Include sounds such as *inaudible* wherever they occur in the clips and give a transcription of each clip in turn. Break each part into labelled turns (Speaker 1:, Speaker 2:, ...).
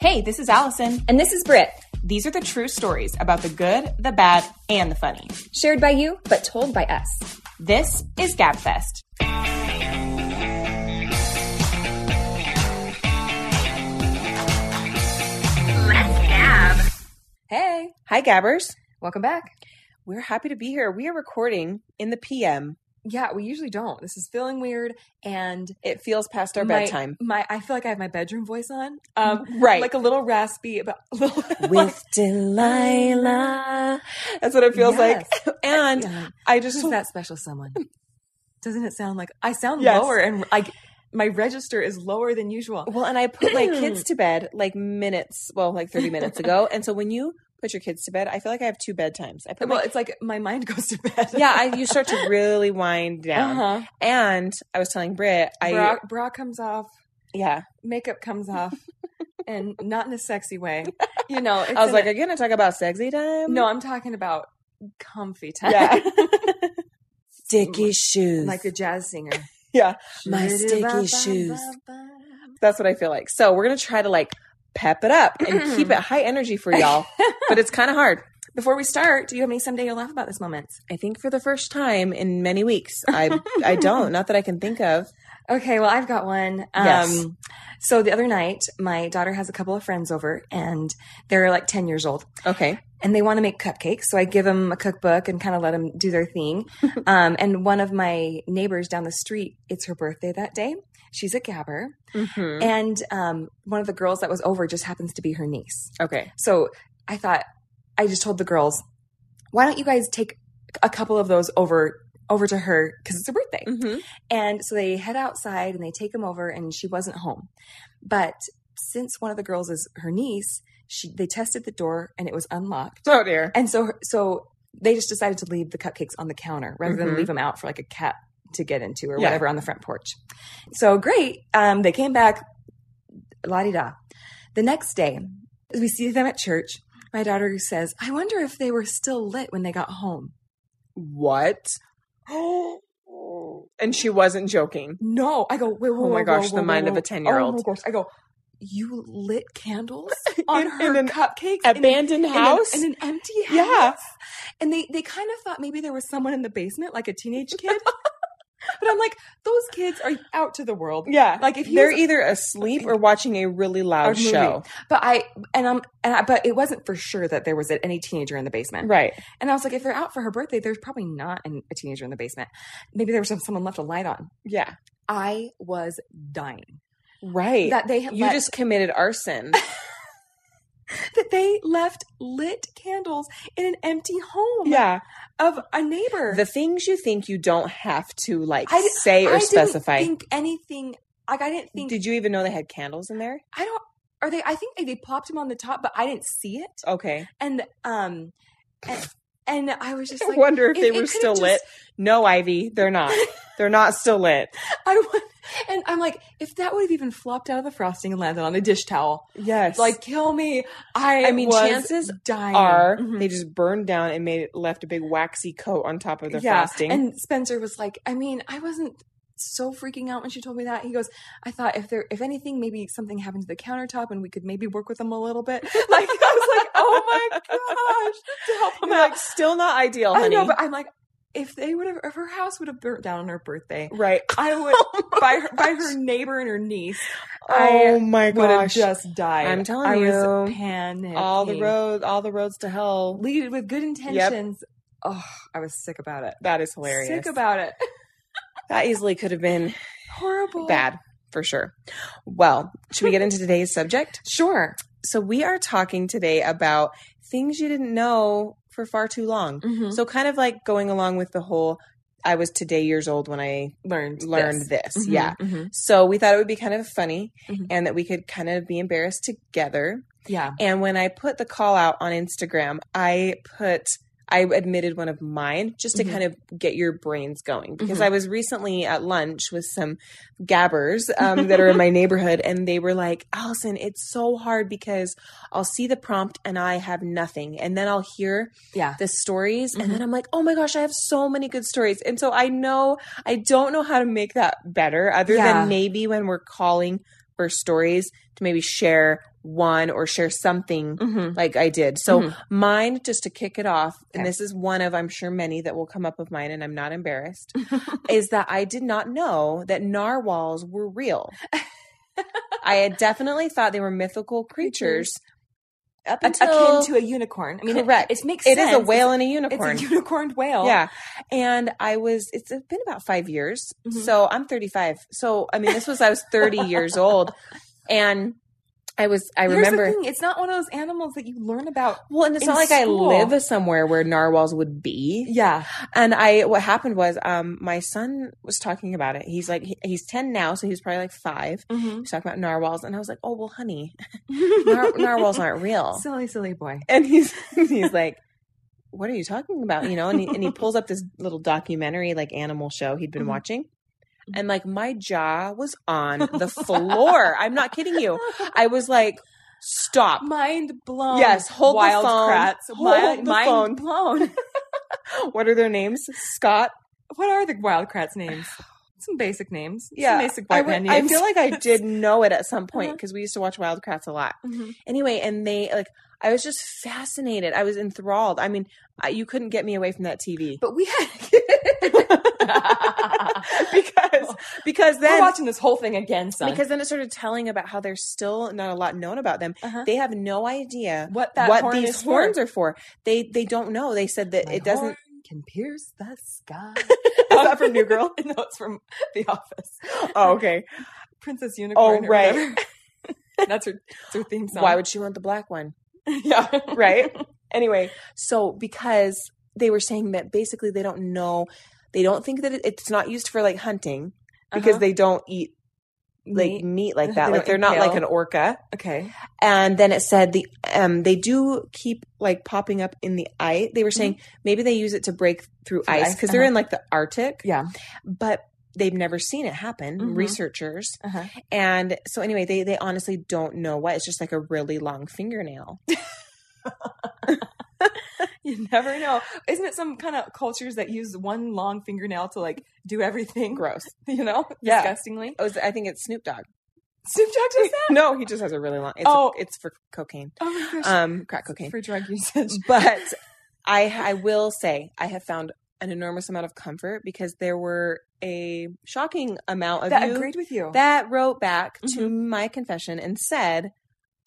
Speaker 1: Hey, this is Allison.
Speaker 2: And this is Britt,
Speaker 1: These are the true stories about the good, the bad, and the funny.
Speaker 2: shared by you, but told by us.
Speaker 1: This is GabFest.
Speaker 2: Hey,
Speaker 1: Hi, Gabbers.
Speaker 2: welcome back.
Speaker 1: We're happy to be here. We are recording in the PM.
Speaker 2: Yeah, we usually don't. This is feeling weird, and
Speaker 1: It feels past our
Speaker 2: my,
Speaker 1: bedtime.
Speaker 2: My, I feel like I have my bedroom voice on, um,
Speaker 1: Right.
Speaker 2: Like a little raspy, but a little,
Speaker 1: *laughs*
Speaker 2: *laughs*
Speaker 1: With Delilah. That's what it feels
Speaker 2: Yes.
Speaker 1: like. *laughs* And
Speaker 2: Yeah.
Speaker 1: I just,
Speaker 2: who's that special someone? Doesn't it sound like I sound
Speaker 1: Yes.
Speaker 2: lower and like my register is lower than usual?
Speaker 1: well, and I put my *clears throat* kids to bed like minutes, well, like 30 minutes *laughs* ago. And so when you put your kids to bed, I feel like I have two bedtimes. I put
Speaker 2: Well,
Speaker 1: my,
Speaker 2: it's like my mind *laughs* goes to bed.
Speaker 1: *laughs* yeah, I, you start to really wind down.
Speaker 2: Uh-huh.
Speaker 1: And I was telling Britt, I,
Speaker 2: bra, bra comes off,
Speaker 1: yeah,
Speaker 2: makeup
Speaker 1: *laughs*
Speaker 2: comes off, and not in a sexy way. You know, it's
Speaker 1: I was
Speaker 2: in *laughs*
Speaker 1: like,
Speaker 2: a-
Speaker 1: are you going to talk about sexy time?
Speaker 2: No, I'm talking about comfy time. *laughs*
Speaker 1: Yeah.
Speaker 2: Sticky
Speaker 1: shoes.
Speaker 2: like the jazz singer.
Speaker 1: Yeah.
Speaker 2: My sticky shoes.
Speaker 1: That's what I feel like. So we're gonna try to like pep it up
Speaker 2: *clears throat*
Speaker 1: and keep it high energy for
Speaker 2: *laughs*
Speaker 1: y'all, but it's kind of hard.
Speaker 2: Before we start, do you have any someday you'll laugh about this moment?
Speaker 1: I think for the first time in many weeks, I I don't, not that I can think of.
Speaker 2: Okay, well, I've got one. Um,
Speaker 1: Yes.
Speaker 2: So the other night, my daughter has a couple of friends over, and they're like 10 years old.
Speaker 1: Okay,
Speaker 2: and they want to make cupcakes. So I give them a cookbook and kind of let them do their thing. *laughs* um, and one of my neighbors down the street, it's her birthday that day. She's a gabber.
Speaker 1: Mhm.
Speaker 2: And um, one of the girls that was over just happens to be her niece.
Speaker 1: okay,
Speaker 2: So I thought, I just told the girls, why don't you guys take a couple of those over? Over to her because it's her birthday.
Speaker 1: hmm
Speaker 2: And so they head outside and they take them over, and she wasn't home. But since one of the girls is her niece, she, they tested the door and it was unlocked.
Speaker 1: oh dear,
Speaker 2: And so, so they just decided to leave the cupcakes on the counter rather than
Speaker 1: Mhm.
Speaker 2: leave them out for like a cat to get into or
Speaker 1: Yeah.
Speaker 2: whatever on the front porch. So great. Um, they came back, la di da. The next day, we see them at church. My daughter says, I wonder if they were still lit when they got home.
Speaker 1: what? *gasps* and she wasn't joking.
Speaker 2: No. I go, wait, whoa,
Speaker 1: Oh my
Speaker 2: whoa,
Speaker 1: gosh,
Speaker 2: whoa,
Speaker 1: the
Speaker 2: whoa,
Speaker 1: mind
Speaker 2: whoa,
Speaker 1: of a
Speaker 2: whoa.
Speaker 1: 10-year-old.
Speaker 2: Oh my gosh. I go, you lit candles
Speaker 1: *laughs*
Speaker 2: on
Speaker 1: In- in
Speaker 2: her
Speaker 1: an
Speaker 2: cupcakes in an
Speaker 1: Abandoned
Speaker 2: in an-
Speaker 1: house.
Speaker 2: in an, empty house.
Speaker 1: Yeah.
Speaker 2: and they they kind of thought maybe there was someone in the basement, like a teenage
Speaker 1: *laughs*
Speaker 2: kid. but I'm like, those kids are out to the world.
Speaker 1: yeah,
Speaker 2: Like, if he
Speaker 1: they're e
Speaker 2: was-
Speaker 1: either asleep or watching a really loud
Speaker 2: A movie.
Speaker 1: show,
Speaker 2: But I and I'm and I, but it wasn't for sure that there was any teenager in the basement. *laughs*
Speaker 1: right?
Speaker 2: And I was like, if they're out for her birthday, there's probably not an, a teenager in the basement. Maybe there was some, someone left a light on.
Speaker 1: Yeah,
Speaker 2: I was dying
Speaker 1: right.
Speaker 2: that they
Speaker 1: you
Speaker 2: let- Oh
Speaker 1: just committed
Speaker 2: *laughs*
Speaker 1: arson.
Speaker 2: that they left lit candles in an empty home
Speaker 1: yeah.
Speaker 2: of a neighbor.
Speaker 1: the things you think you don't have to like
Speaker 2: I di-
Speaker 1: say or
Speaker 2: I
Speaker 1: specify.
Speaker 2: didn't think anything. Like I didn't think
Speaker 1: Did you even know they had candles in there?
Speaker 2: I don't. Are they? I think they, they plopped him on the top, but I didn't see it.
Speaker 1: Okay,
Speaker 2: And um, and, and I was just
Speaker 1: I
Speaker 2: like,
Speaker 1: wonder if
Speaker 2: it-
Speaker 1: they
Speaker 2: it
Speaker 1: were
Speaker 2: could've
Speaker 1: still
Speaker 2: just-
Speaker 1: lit. No, Ivy, they're not. they're not still lit.
Speaker 2: *laughs* I want, and I'm like, if that would have even flopped out of the frosting and landed on a dish towel,
Speaker 1: Yes,
Speaker 2: like kill me. I
Speaker 1: I mean,
Speaker 2: was
Speaker 1: chances
Speaker 2: dying.
Speaker 1: are
Speaker 2: Mhm.
Speaker 1: they just burned down and made it left a big waxy coat on top of the frosting?
Speaker 2: And Spencer was like, I mean, I wasn't so freaking out when she told me that. He goes, I thought if there, if anything, maybe something happened to the countertop and we could maybe work with them a
Speaker 1: *laughs*
Speaker 2: little bit. Like I was like, oh my gosh, to help
Speaker 1: *laughs* I'm
Speaker 2: them out.
Speaker 1: like, still not ideal, honey.
Speaker 2: I know, but I'm like, if they would have, if her house would have burnt down on her
Speaker 1: *laughs*
Speaker 2: birthday,
Speaker 1: right?
Speaker 2: I would by her by her neighbor and her niece
Speaker 1: oh my
Speaker 2: would have
Speaker 1: gosh!
Speaker 2: just died.
Speaker 1: I'm telling
Speaker 2: I
Speaker 1: you,
Speaker 2: was panicking.
Speaker 1: all the road, all the roads to hell.
Speaker 2: lead with good intentions. Oh, I was sick about it.
Speaker 1: That is hilarious.
Speaker 2: Sick about it.
Speaker 1: that easily could have been
Speaker 2: Horrible.
Speaker 1: bad for sure. Well, should we get into today's subject?
Speaker 2: Sure.
Speaker 1: So, we are talking today about things you didn't know for far too long.
Speaker 2: Mhm.
Speaker 1: So, kind of like going along with the whole I was today years old when I
Speaker 2: Learned.
Speaker 1: learned
Speaker 2: this.
Speaker 1: this.
Speaker 2: Mhm,
Speaker 1: Yeah.
Speaker 2: mhm.
Speaker 1: So, we thought it would be kind of funny
Speaker 2: Mhm.
Speaker 1: and that we could kind of be embarrassed together.
Speaker 2: Yeah.
Speaker 1: And when I put the call out on Instagram, I put I admitted one of mine just to
Speaker 2: Mhm.
Speaker 1: kind of get your brains going because
Speaker 2: Mhm.
Speaker 1: I was recently at lunch with some gabbers um, that are in my neighborhood, and they were like, "Allison, it's so hard because I'll see the prompt and I have nothing, and then I'll hear
Speaker 2: Yeah.
Speaker 1: the stories,
Speaker 2: Mhm.
Speaker 1: and then I'm like, oh my gosh, I have so many good stories." And so I know I don't know how to make that better, other
Speaker 2: Yeah.
Speaker 1: than maybe when we're calling for stories to maybe share one or share something
Speaker 2: Mm-hmm.
Speaker 1: like I did. So
Speaker 2: Mhm.
Speaker 1: mine, just to kick it off, and
Speaker 2: Okay.
Speaker 1: this is one of I'm sure many that will come up of mine, and I'm not
Speaker 2: *laughs*
Speaker 1: embarrassed, is that I did not know that narwhals were real. I had definitely thought they were
Speaker 2: *laughs*
Speaker 1: mythical creatures. Up until
Speaker 2: Akin to a unicorn. I mean,
Speaker 1: Correct.
Speaker 2: It, it makes
Speaker 1: it
Speaker 2: sense.
Speaker 1: is a whale and a
Speaker 2: It's,
Speaker 1: unicorn.
Speaker 2: it's a unicorned whale.
Speaker 1: Yeah. And I was, it's been about five years.
Speaker 2: Mhm.
Speaker 1: So I'm 35. So, I mean, this was, I was *laughs* 30 years old. And I was, I
Speaker 2: Here's
Speaker 1: remember.
Speaker 2: The thing. It's not one of those animals that you learn about.
Speaker 1: Well, and it's
Speaker 2: in
Speaker 1: not like
Speaker 2: school.
Speaker 1: I live somewhere where narwhals would be.
Speaker 2: Yeah.
Speaker 1: And I, what happened was, um, my son was talking about it. He's like, he, he's 10 now. So he was probably like five. *laughs*
Speaker 2: Mm-hmm.
Speaker 1: He's talking about narwhals. And I was like, oh, well, honey, nar- *laughs* narwhals aren't real.
Speaker 2: silly, silly
Speaker 1: *laughs*
Speaker 2: boy.
Speaker 1: and he's he's like what are you talking about you know and he, and he pulls up this little documentary like animal show he'd been
Speaker 2: Mhm.
Speaker 1: watching and like my jaw was on the floor i'm not kidding you i was like stop
Speaker 2: Mind blown.
Speaker 1: Yes, hold the
Speaker 2: wild
Speaker 1: phone.
Speaker 2: Crats.
Speaker 1: Hold
Speaker 2: Wild-
Speaker 1: the
Speaker 2: mind
Speaker 1: phone. *laughs*
Speaker 2: blown.
Speaker 1: what are their names scott
Speaker 2: what are the wild crats names? Some basic names.
Speaker 1: Yeah,
Speaker 2: Some basic
Speaker 1: I,
Speaker 2: white
Speaker 1: re-
Speaker 2: man
Speaker 1: I
Speaker 2: names.
Speaker 1: feel like *laughs* i did know it at some point
Speaker 2: Uh-huh.
Speaker 1: because we used to watch wildcrats a lot
Speaker 2: Mhm.
Speaker 1: anyway and they like i was just fascinated i was enthralled i mean I, you couldn't get me away from that *laughs* tv
Speaker 2: But we had.
Speaker 1: because because
Speaker 2: *laughs* We're
Speaker 1: then
Speaker 2: watching this whole thing again, son.
Speaker 1: Because then it started telling about how there's still not a lot known about them.
Speaker 2: Uh-huh.
Speaker 1: They have no idea
Speaker 2: what that
Speaker 1: what
Speaker 2: horn
Speaker 1: these
Speaker 2: is for.
Speaker 1: horns are for. They they don't know. They said that
Speaker 2: My
Speaker 1: it doesn't.
Speaker 2: horn can pierce the *laughs* sky.
Speaker 1: Is that from New Girl?
Speaker 2: *laughs* no, it's from The Office.
Speaker 1: Oh,
Speaker 2: *laughs*
Speaker 1: okay.
Speaker 2: Princess Unicorn. or
Speaker 1: Oh, right. *laughs*
Speaker 2: whatever. That's her, it's her theme song.
Speaker 1: Why would she want the black one?
Speaker 2: *laughs* yeah
Speaker 1: Right.
Speaker 2: *laughs*
Speaker 1: anyway, so because they were saying that basically they don't know, they don't think that it, it's not used for like hunting because
Speaker 2: Uh-huh.
Speaker 1: they don't eat like meat,
Speaker 2: Neat. *laughs*
Speaker 1: like that.
Speaker 2: They
Speaker 1: like
Speaker 2: don't
Speaker 1: they're not like
Speaker 2: impale.
Speaker 1: an orca.
Speaker 2: okay.
Speaker 1: and then it said the um they do keep like popping up in the ice. They were saying maybe they use it to break through
Speaker 2: Mm-hmm. Through
Speaker 1: ice
Speaker 2: ice,
Speaker 1: because they're
Speaker 2: uh-huh.
Speaker 1: in like the Arctic,
Speaker 2: Yeah.
Speaker 1: but they've never seen it happen.
Speaker 2: Mhm.
Speaker 1: Researchers
Speaker 2: Uh-huh.
Speaker 1: and so anyway, they they honestly don't know what. It's just like a really long
Speaker 2: *laughs*
Speaker 1: fingernail.
Speaker 2: *laughs* You never know. Isn't it some kind of cultures that use one long fingernail to like do everything?
Speaker 1: Gross.
Speaker 2: *laughs* You know,
Speaker 1: Yeah.
Speaker 2: disgustingly.
Speaker 1: Oh, is- I think it's Snoop Dogg.
Speaker 2: Snoop Dogg does that.
Speaker 1: No, he just has a really long. It's
Speaker 2: Oh.
Speaker 1: it's for cocaine,
Speaker 2: Oh my gosh.
Speaker 1: um, crack
Speaker 2: *laughs*
Speaker 1: cocaine.
Speaker 2: For drug usage.
Speaker 1: but I I will say I have found an enormous amount of comfort because there were a shocking amount of
Speaker 2: *laughs* that
Speaker 1: you
Speaker 2: agreed with you.
Speaker 1: that wrote back to
Speaker 2: Mm-hmm.
Speaker 1: my confession and said,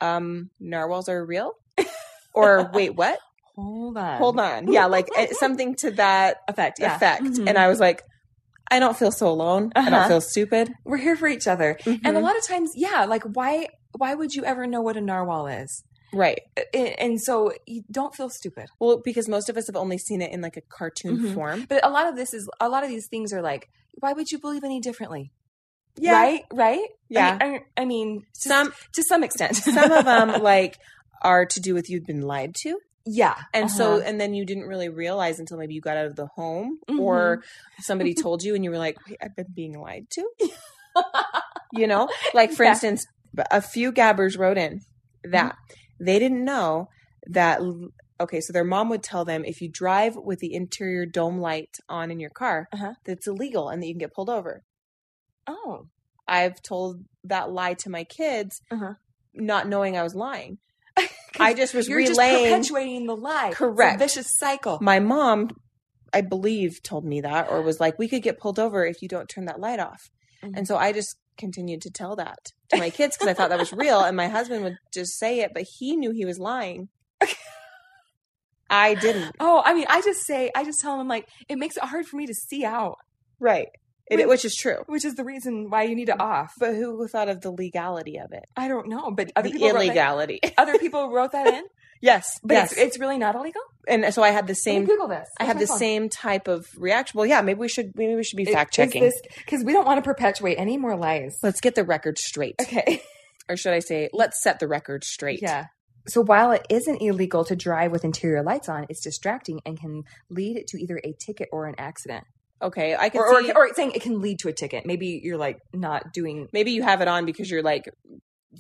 Speaker 1: um, narwhals are
Speaker 2: *laughs*
Speaker 1: real? or wait, what?
Speaker 2: Hold on.
Speaker 1: Hold on. Yeah, like eh, something to that
Speaker 2: Effect. Um. Yeah.
Speaker 1: effect.
Speaker 2: Mhm.
Speaker 1: And I was like, I don't feel so alone. I don't
Speaker 2: Uh-huh. Mm-hmm.
Speaker 1: feel stupid.
Speaker 2: We're here for each other. And a
Speaker 1: Mhm.
Speaker 2: lot of times, yeah, like why why would you ever know what a narwhal is?
Speaker 1: right.
Speaker 2: A- And so you don't feel stupid.
Speaker 1: Well, because most of us have only seen it in like a cartoon
Speaker 2: Mhm.
Speaker 1: form.
Speaker 2: But a lot of this is a lot of these things are like, why would you believe any differently?
Speaker 1: Yeah.
Speaker 2: Right? Right?
Speaker 1: Yeah.
Speaker 2: I mean, I, I mean to
Speaker 1: Some
Speaker 2: to some extent.
Speaker 1: some of them like are to do with you've been lied to.
Speaker 2: *laughs* yeah.
Speaker 1: And
Speaker 2: Uh-huh.
Speaker 1: so and then you didn't really realize until maybe you got out of the home or
Speaker 2: Mm-hmm. *laughs*
Speaker 1: somebody told you and you were like, "Wait, I've been being lied to." you know like for
Speaker 2: Yeah. Mm-hmm.
Speaker 1: instance b- a few gabbers wrote in that they didn't know that l- okay so their mom would tell them if you drive with the interior dome light on in your car
Speaker 2: Uh-huh.
Speaker 1: that it's illegal and that you can get pulled over
Speaker 2: Oh.
Speaker 1: i've told that lie to my kids
Speaker 2: Uh-huh.
Speaker 1: not knowing i was
Speaker 2: *laughs*
Speaker 1: lying i just was
Speaker 2: You're just
Speaker 1: relaying
Speaker 2: perpetuating the lie. It's a
Speaker 1: Correct.
Speaker 2: vicious cycle.
Speaker 1: my mom i believe told me that or was like we could get pulled over if you don't turn that light off
Speaker 2: Mhm.
Speaker 1: and so i just continued to tell that to my kids because i thought that was real and my husband would just say it but he knew he was lying i didn't
Speaker 2: Oh, I mean, I just say, I just tell them like it makes it hard for me to see out,
Speaker 1: right it, which is true
Speaker 2: which is the reason why you need to off.
Speaker 1: but who thought of the legality of it
Speaker 2: I don't know, but other
Speaker 1: the
Speaker 2: people wrote that, *laughs*
Speaker 1: illegality
Speaker 2: other people wrote that in,
Speaker 1: yes
Speaker 2: but
Speaker 1: yes
Speaker 2: it's, it's really not illegal.
Speaker 1: and so i had the
Speaker 2: Let me
Speaker 1: same
Speaker 2: Google this.
Speaker 1: i had the same type of reaction well yeah maybe we should maybe we should be fact checking
Speaker 2: because we don't want to perpetuate any more lies.
Speaker 1: let's get the record straight
Speaker 2: Okay.
Speaker 1: or should i say let's set the record straight
Speaker 2: Yeah. So while it isn't illegal to drive with interior lights on, it's distracting and can lead to either a ticket or an accident.
Speaker 1: Okay, I can
Speaker 2: Or, or,
Speaker 1: see.
Speaker 2: or it's saying it can lead to a ticket. Maybe you're like not doing.
Speaker 1: maybe you have it on because you're like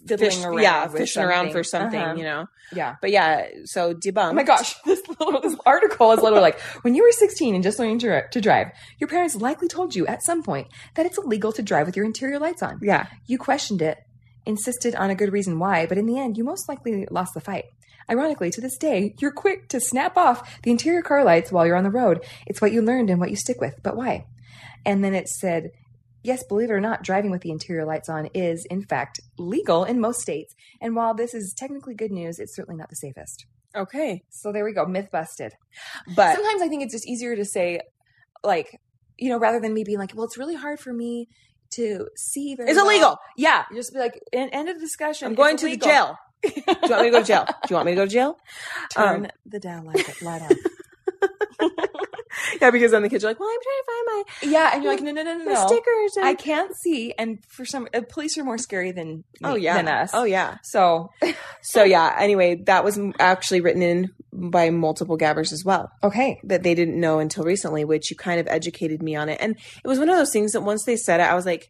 Speaker 2: Fiddling
Speaker 1: fish-
Speaker 2: around
Speaker 1: yeah,
Speaker 2: with
Speaker 1: fishing around for
Speaker 2: something.
Speaker 1: something,
Speaker 2: Uh-huh.
Speaker 1: you know.
Speaker 2: Yeah.
Speaker 1: But yeah, so debunk.
Speaker 2: Oh my gosh, *laughs* this little this article is literally like when you were 16 and just learning to, to drive, your parents likely told you at some point that it's illegal to drive with your interior lights on.
Speaker 1: Yeah,
Speaker 2: You questioned it insisted on a good reason why, but in the end, you most likely lost the fight. Ironically, to this day, you're quick to snap off the interior car lights while you're on the road. It's what you learned and what you stick with, but why? And then it said, Yes, believe it or not, driving with the interior lights on is, in fact, legal in most states. And while this is technically good news, it's certainly not the safest.
Speaker 1: Okay.
Speaker 2: So there we go, myth busted.
Speaker 1: But
Speaker 2: Sometimes I think it's just easier to say, like, you know, rather than me being like, well, it's really hard for me to see. Very
Speaker 1: it's
Speaker 2: well."
Speaker 1: illegal.
Speaker 2: Yeah, you just be like, en- end of the discussion.
Speaker 1: I'm
Speaker 2: It's
Speaker 1: going to
Speaker 2: illegal.
Speaker 1: the *laughs* jail. Do you want me to go to jail? Do you want me to go to jail?
Speaker 2: Turn the down light, light on.
Speaker 1: *laughs* Yeah, because then the kids are like, well, I'm trying to find
Speaker 2: *laughs* yeah, and you're like, no, no, no, no,
Speaker 1: my, my
Speaker 2: no.
Speaker 1: stickers. and-
Speaker 2: I can't see, and for some, uh, police are more scary than
Speaker 1: oh,
Speaker 2: me-
Speaker 1: yeah.
Speaker 2: than us.
Speaker 1: Oh, yeah.
Speaker 2: so
Speaker 1: So, yeah, anyway, that was m- actually written in by multiple gabbers as well
Speaker 2: okay,
Speaker 1: that they didn't know until recently, which you kind of educated me on it. And it was one of those things that once they said it, I was like,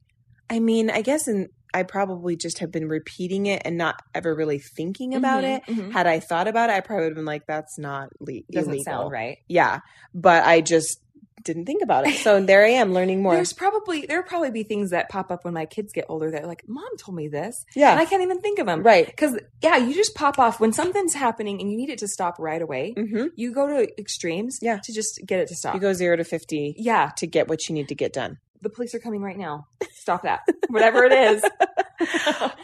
Speaker 1: I mean, I guess, and I probably just have been repeating it and not ever really thinking about
Speaker 2: Mm-hmm.
Speaker 1: it. Had I thought about it, I probably would have been like, that's not le-
Speaker 2: Doesn't
Speaker 1: illegal.
Speaker 2: sound right.
Speaker 1: Yeah. But I just didn't think about it. So there I am learning more.
Speaker 2: There's probably there will probably be things that pop up when my kids get older that are like, Mom told me this, and
Speaker 1: yeah.
Speaker 2: I can't even think of them.
Speaker 1: right.
Speaker 2: Because yeah, you just pop off when something's happening and you need it to stop right away.
Speaker 1: hmm
Speaker 2: You go to extremes,
Speaker 1: Yeah.
Speaker 2: to just get it to stop.
Speaker 1: You go zero to 50
Speaker 2: yeah,
Speaker 1: to get what you need to get done.
Speaker 2: the police are coming right now.
Speaker 1: *laughs*
Speaker 2: Stop that, whatever it is.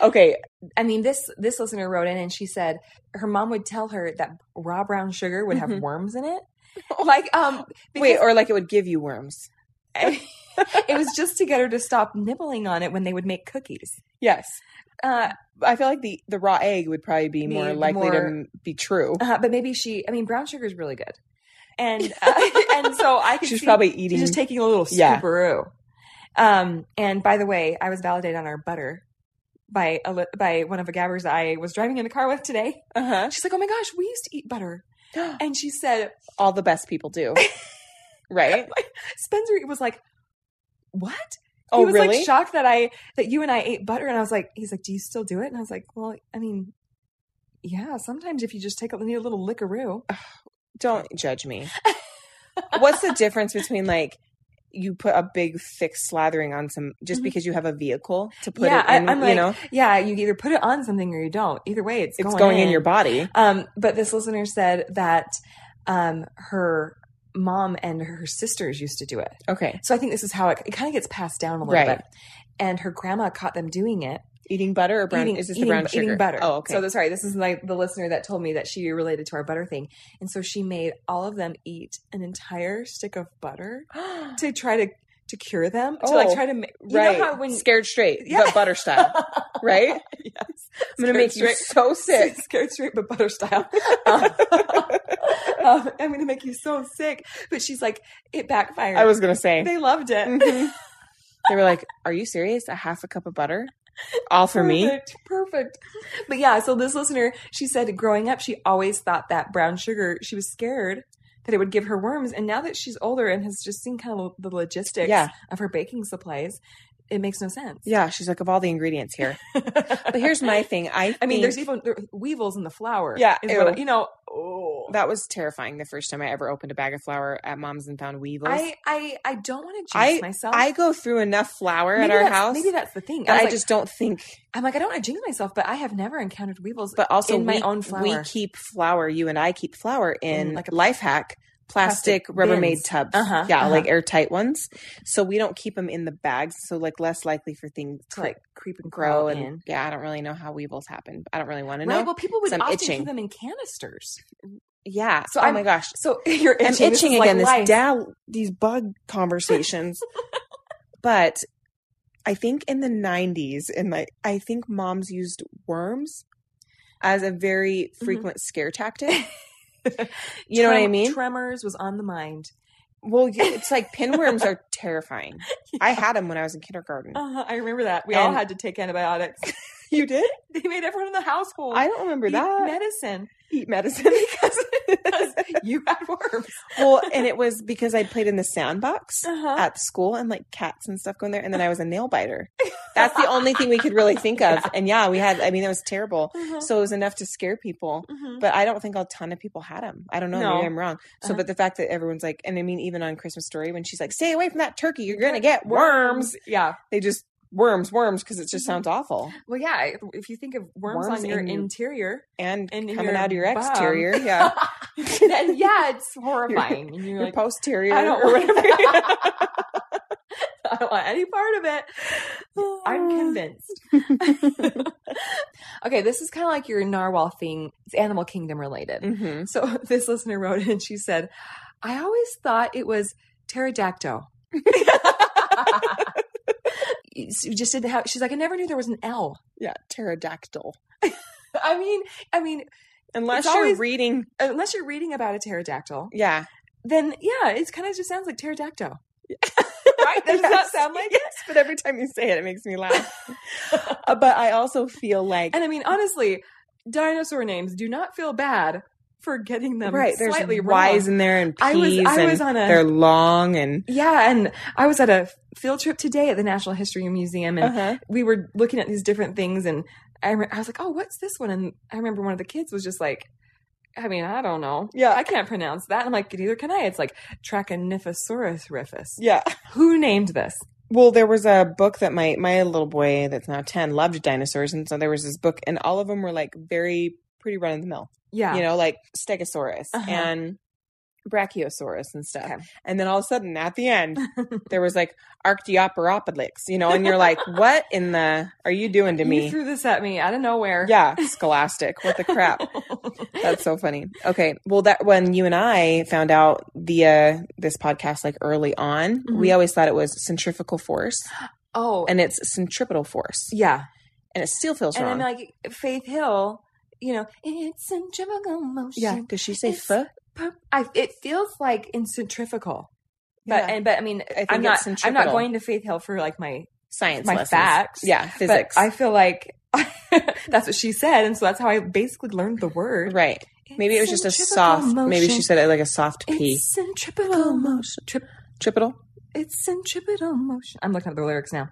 Speaker 1: Okay.
Speaker 2: I mean, this this listener wrote in and she said her mom would tell her that raw brown sugar would have
Speaker 1: Mhm.
Speaker 2: worms
Speaker 1: *laughs*
Speaker 2: in it. Like, um,
Speaker 1: Wait, or like it would give you worms.
Speaker 2: *laughs* it was just to get her to stop nibbling on it when they would make cookies.
Speaker 1: Yes.
Speaker 2: Uh,
Speaker 1: I feel like the, the raw egg would probably be more
Speaker 2: Be
Speaker 1: likely to
Speaker 2: more-
Speaker 1: m- be true.
Speaker 2: Uh, but maybe she, I mean, brown sugar is really good. And, uh, *laughs* and so *laughs* I could
Speaker 1: She's
Speaker 2: see-
Speaker 1: probably eating.
Speaker 2: she's just taking a little
Speaker 1: Yeah.
Speaker 2: scooperoo. Um, and by the way, I was validated on our butter by a, li- by one of the gabbers that I was driving in the car with today.
Speaker 1: uh-huh.
Speaker 2: She's like, oh my gosh, we used to eat butter. And she said,
Speaker 1: *gasps* All the best people do.
Speaker 2: *laughs*
Speaker 1: right?
Speaker 2: Spencer was like, what?
Speaker 1: Oh,
Speaker 2: he was
Speaker 1: really?
Speaker 2: like shocked that I, that you and I ate butter. And I was like, he's like, do you still do it? And I was like, well, I mean, yeah, sometimes if you just take a, need a little lickaroo.
Speaker 1: Uh. Don't judge
Speaker 2: *laughs*
Speaker 1: me. What's the difference between like you put a big thick slathering on some just
Speaker 2: Mhm.
Speaker 1: because you have a vehicle to put
Speaker 2: Yeah, I-
Speaker 1: it in,
Speaker 2: I'm
Speaker 1: you
Speaker 2: like,
Speaker 1: know?
Speaker 2: Yeah, you either put it on something or you don't. Either way, it's,
Speaker 1: It's going in your body.
Speaker 2: Um, but this listener said that um, her mom and her sisters used to do it.
Speaker 1: Okay.
Speaker 2: So I think this is how it, it kind of gets passed down a little
Speaker 1: Right.
Speaker 2: bit. And her grandma caught them doing it.
Speaker 1: Eating butter or brown?
Speaker 2: eating,
Speaker 1: is this
Speaker 2: eating-
Speaker 1: the brown sugar?
Speaker 2: eating butter.
Speaker 1: Oh, okay. *gasps*
Speaker 2: So the, sorry, this is like the listener that told me that she related to our butter thing. And so she made all of them eat an entire stick of butter to try to to cure them. To like
Speaker 1: Oh,
Speaker 2: try to make
Speaker 1: right.
Speaker 2: You know how when
Speaker 1: Scared straight,
Speaker 2: Yeah.
Speaker 1: but butter
Speaker 2: *laughs*
Speaker 1: style. Right?
Speaker 2: yes,
Speaker 1: I'm going to make you so
Speaker 2: *laughs*
Speaker 1: sick.
Speaker 2: Scared straight, but
Speaker 1: *laughs*
Speaker 2: butter style. um, *laughs* um, I'm going to make you so sick. But she's like, it backfired.
Speaker 1: I was going to say.
Speaker 2: They loved it.
Speaker 1: Mhm. *laughs* They were like, Are you serious? A half a cup of butter? All for me?
Speaker 2: Perfect, perfect. But yeah, so this listener, she said growing up, she always thought that brown sugar, she was scared that it would give her worms. And now that she's older and has just seen kind of the logistics
Speaker 1: Yeah.
Speaker 2: of her baking supplies, it makes no sense. *laughs*
Speaker 1: Yeah. She's like, Of all the ingredients here. But here's my thing. I,
Speaker 2: I mean, there's
Speaker 1: think-
Speaker 2: even there, weevils in the flour.
Speaker 1: Yeah,
Speaker 2: is what I-
Speaker 1: ew.
Speaker 2: you know. Oh.
Speaker 1: That was terrifying the first time I ever opened a bag of flour at mom's and found weevils.
Speaker 2: I, I, I don't want to jinx myself.
Speaker 1: I go through enough flour at
Speaker 2: Maybe
Speaker 1: our
Speaker 2: that's-
Speaker 1: house
Speaker 2: Maybe that's the thing.
Speaker 1: that I,
Speaker 2: I, was like-
Speaker 1: just don't think.
Speaker 2: I'm like, I don't want to jinx myself, but I have never encountered weevils.
Speaker 1: But also,
Speaker 2: in my
Speaker 1: we,
Speaker 2: own
Speaker 1: we
Speaker 2: flour.
Speaker 1: keep flour. You and I keep flour in,
Speaker 2: In like
Speaker 1: like a
Speaker 2: a
Speaker 1: life hack plastic,
Speaker 2: plastic
Speaker 1: Rubbermaid
Speaker 2: bins.
Speaker 1: tubs.
Speaker 2: Uh-huh,
Speaker 1: yeah,
Speaker 2: uh-huh.
Speaker 1: like airtight ones. So we don't keep them in the bags. So like less likely for things
Speaker 2: to like creep and
Speaker 1: to grow.
Speaker 2: crawl
Speaker 1: And
Speaker 2: in.
Speaker 1: yeah, I don't really know how weevils happen. I don't really want to
Speaker 2: Oh, Right.
Speaker 1: know.
Speaker 2: Well, people would
Speaker 1: So I'm
Speaker 2: often
Speaker 1: itching.
Speaker 2: keep them in canisters.
Speaker 1: Yeah.
Speaker 2: So
Speaker 1: oh
Speaker 2: I'm-
Speaker 1: my gosh.
Speaker 2: So *laughs* you're
Speaker 1: I'm
Speaker 2: itching.
Speaker 1: itching
Speaker 2: is like
Speaker 1: again.
Speaker 2: life.
Speaker 1: this dal these bug
Speaker 2: *laughs*
Speaker 1: conversations, but I think in the '90s, and like I think moms used worms as a very
Speaker 2: Mm-hmm.
Speaker 1: frequent scare tactic.
Speaker 2: *laughs*
Speaker 1: you know what I
Speaker 2: Trem-
Speaker 1: mean?
Speaker 2: Tremors was on the mind.
Speaker 1: well, you- it's
Speaker 2: *laughs*
Speaker 1: like pinworms are terrifying. I had them when I was in kindergarten.
Speaker 2: Uh, I remember that. We all
Speaker 1: And-
Speaker 2: had to take
Speaker 1: *laughs*
Speaker 2: antibiotics. *laughs*
Speaker 1: you did?
Speaker 2: they made everyone in the household
Speaker 1: I don't remember
Speaker 2: eat
Speaker 1: that. *laughs*
Speaker 2: medicine *laughs*
Speaker 1: eat medicine.
Speaker 2: because you had worms.
Speaker 1: well, and it was because I played in the sound box.
Speaker 2: Uh-huh.
Speaker 1: at school and like cats and stuff going there. And then I was a nail
Speaker 2: *laughs*
Speaker 1: biter. That's the only thing we could really think of. And yeah, we had, I mean, that was terrible.
Speaker 2: Uh-huh.
Speaker 1: So it was enough to scare people.
Speaker 2: Mhm.
Speaker 1: But I don't think a ton of people had them. I don't know.
Speaker 2: No.
Speaker 1: Maybe I'm wrong. So,
Speaker 2: Uh-huh.
Speaker 1: but the fact that everyone's like, and I mean, even on Christmas Story, when she's like, stay away from that turkey, you're going to get worms.
Speaker 2: Yeah.
Speaker 1: They just worms, worms, because it
Speaker 2: Mm-hmm.
Speaker 1: just sounds awful.
Speaker 2: Well, yeah. If you think of worms,
Speaker 1: Worms
Speaker 2: on your
Speaker 1: in your-
Speaker 2: interior,
Speaker 1: *laughs* And
Speaker 2: In
Speaker 1: coming
Speaker 2: your
Speaker 1: out of your
Speaker 2: bum.
Speaker 1: exterior,
Speaker 2: *laughs*
Speaker 1: yeah,
Speaker 2: then yeah, it's horrifying. and you're
Speaker 1: your
Speaker 2: like,
Speaker 1: posterior,
Speaker 2: I don't
Speaker 1: or
Speaker 2: want
Speaker 1: whatever.
Speaker 2: I don't want any part of it. *laughs* I'm convinced. *laughs* okay, this is kind of like your narwhal thing. It's animal kingdom related.
Speaker 1: hmm
Speaker 2: *laughs* So this listener wrote and she said, I always thought it was pterodactyl. *laughs* she just didn't have, she's like, I never knew there was an L.
Speaker 1: Yeah, pterodactyl.
Speaker 2: I mean, I mean,
Speaker 1: Unless
Speaker 2: It's
Speaker 1: you're
Speaker 2: always-
Speaker 1: reading,
Speaker 2: unless you're reading about a pterodactyl,
Speaker 1: yeah,
Speaker 2: then yeah, it kind of just sounds like pterodactyl. *laughs* right? *laughs* Does that
Speaker 1: Yes.
Speaker 2: sound like
Speaker 1: yes, *laughs* but every time you say it, it makes me laugh.
Speaker 2: *laughs*
Speaker 1: Uh, but I also feel like
Speaker 2: And I mean, honestly, dinosaur names do not feel bad for getting them
Speaker 1: right. There's
Speaker 2: slightly
Speaker 1: Y's
Speaker 2: wrong.
Speaker 1: in there and P's,
Speaker 2: I was I
Speaker 1: and
Speaker 2: was on
Speaker 1: they're
Speaker 2: a
Speaker 1: long and
Speaker 2: yeah, and I was at a field trip today at the National History Museum, and
Speaker 1: uh-huh.
Speaker 2: we were looking at these different things, and I re- I was like, oh, what's this one? And I remember one of the kids was just like. I mean, I don't know.
Speaker 1: Yeah.
Speaker 2: I can't pronounce that. I'm like, neither can I. It's like Trachoniphosaurus riffus.
Speaker 1: yeah.
Speaker 2: Who named this?
Speaker 1: Well, there was a book that my my little boy that's now ten loved dinosaurs, and so there was this book, and all of them were like very pretty run of the mill,
Speaker 2: Yeah.
Speaker 1: you know, like Stegosaurus
Speaker 2: Uh-huh.
Speaker 1: and Brachiosaurus and stuff.
Speaker 2: Okay.
Speaker 1: And then all of a sudden, at the
Speaker 2: *laughs*
Speaker 1: end, there was like Archaeopteryx, you know, and you're like, "What in the are you doing to
Speaker 2: You
Speaker 1: me?"
Speaker 2: threw this at me out of nowhere. *laughs*
Speaker 1: Yeah, Scholastic, what the crap. That's so funny. Okay. Well, that when you and I found out via this podcast, like early on, we
Speaker 2: Mhm.
Speaker 1: always thought it was centrifugal force
Speaker 2: oh,
Speaker 1: and it's centripetal force
Speaker 2: yeah.
Speaker 1: and it still feels
Speaker 2: and
Speaker 1: wrong.
Speaker 2: then like Faith Hill, you know, it's centrifugal motion.
Speaker 1: yeah. Does she say
Speaker 2: it's-
Speaker 1: fuh?
Speaker 2: Per- I, it feels like in centrifugal, but
Speaker 1: Yeah.
Speaker 2: and but I mean, I
Speaker 1: think it's
Speaker 2: am not. I'm not
Speaker 1: centripetal.
Speaker 2: going to Faith Hill for like my
Speaker 1: Science
Speaker 2: my
Speaker 1: lessons.
Speaker 2: facts.
Speaker 1: Yeah.
Speaker 2: but
Speaker 1: Physics.
Speaker 2: I feel like *laughs* that's what she said, and so that's how I basically learned the word.
Speaker 1: right. Maybe it was
Speaker 2: It's
Speaker 1: just a
Speaker 2: centrifugal
Speaker 1: soft, maybe she
Speaker 2: motion.
Speaker 1: said it like a soft P.
Speaker 2: It's centripetal motion. Trip-
Speaker 1: Tripital?
Speaker 2: It's centripetal motion. I'm looking at the lyrics now.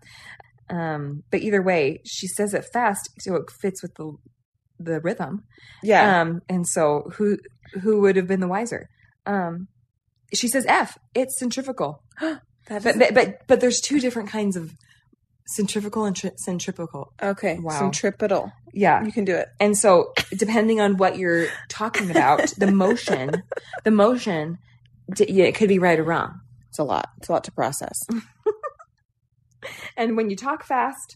Speaker 2: Um, but either way, she says it fast, so it fits with the the rhythm.
Speaker 1: Yeah.
Speaker 2: Um, and so who who would have been the wiser? Um, she says F. It's centrifugal,
Speaker 1: That
Speaker 2: but
Speaker 1: is
Speaker 2: but but, but there's two different kinds of centrifugal and tri- centripetal.
Speaker 1: okay.
Speaker 2: Wow.
Speaker 1: Centripetal.
Speaker 2: Yeah,
Speaker 1: You can do it.
Speaker 2: and so depending on what you're talking about,
Speaker 1: *laughs*
Speaker 2: the motion, the motion, d- yeah, it could be right or wrong.
Speaker 1: It's a lot. It's a lot to process.
Speaker 2: And when you talk fast,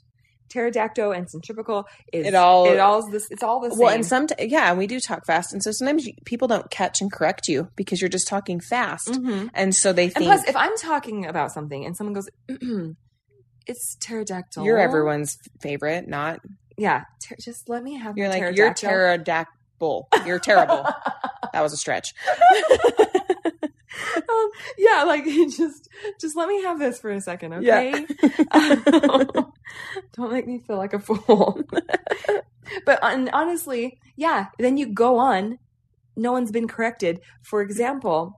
Speaker 2: pterodactyl and centripetal is
Speaker 1: It all-
Speaker 2: it all is this it's all the same.
Speaker 1: Well, and some, yeah, and we do talk fast. And so sometimes you, people don't catch and correct you because you're just talking fast.
Speaker 2: Mhm.
Speaker 1: And so they
Speaker 2: And
Speaker 1: think
Speaker 2: plus, if I'm talking about something and someone goes, *clears throat* "It's pterodactyl,"
Speaker 1: you're everyone's favorite, not
Speaker 2: Yeah, ter- just let me have.
Speaker 1: you're
Speaker 2: my
Speaker 1: like you're
Speaker 2: pterodactyl.
Speaker 1: pterodactyl. You're
Speaker 2: *laughs*
Speaker 1: terrible. that was a stretch. *laughs*
Speaker 2: Um, yeah, like *laughs* just just let me have this for a second,
Speaker 1: Yeah.
Speaker 2: okay?
Speaker 1: *laughs*
Speaker 2: Um, *laughs* Don't make me feel like a fool. *laughs* but and honestly, yeah. Then you go on. No one's been corrected. For example,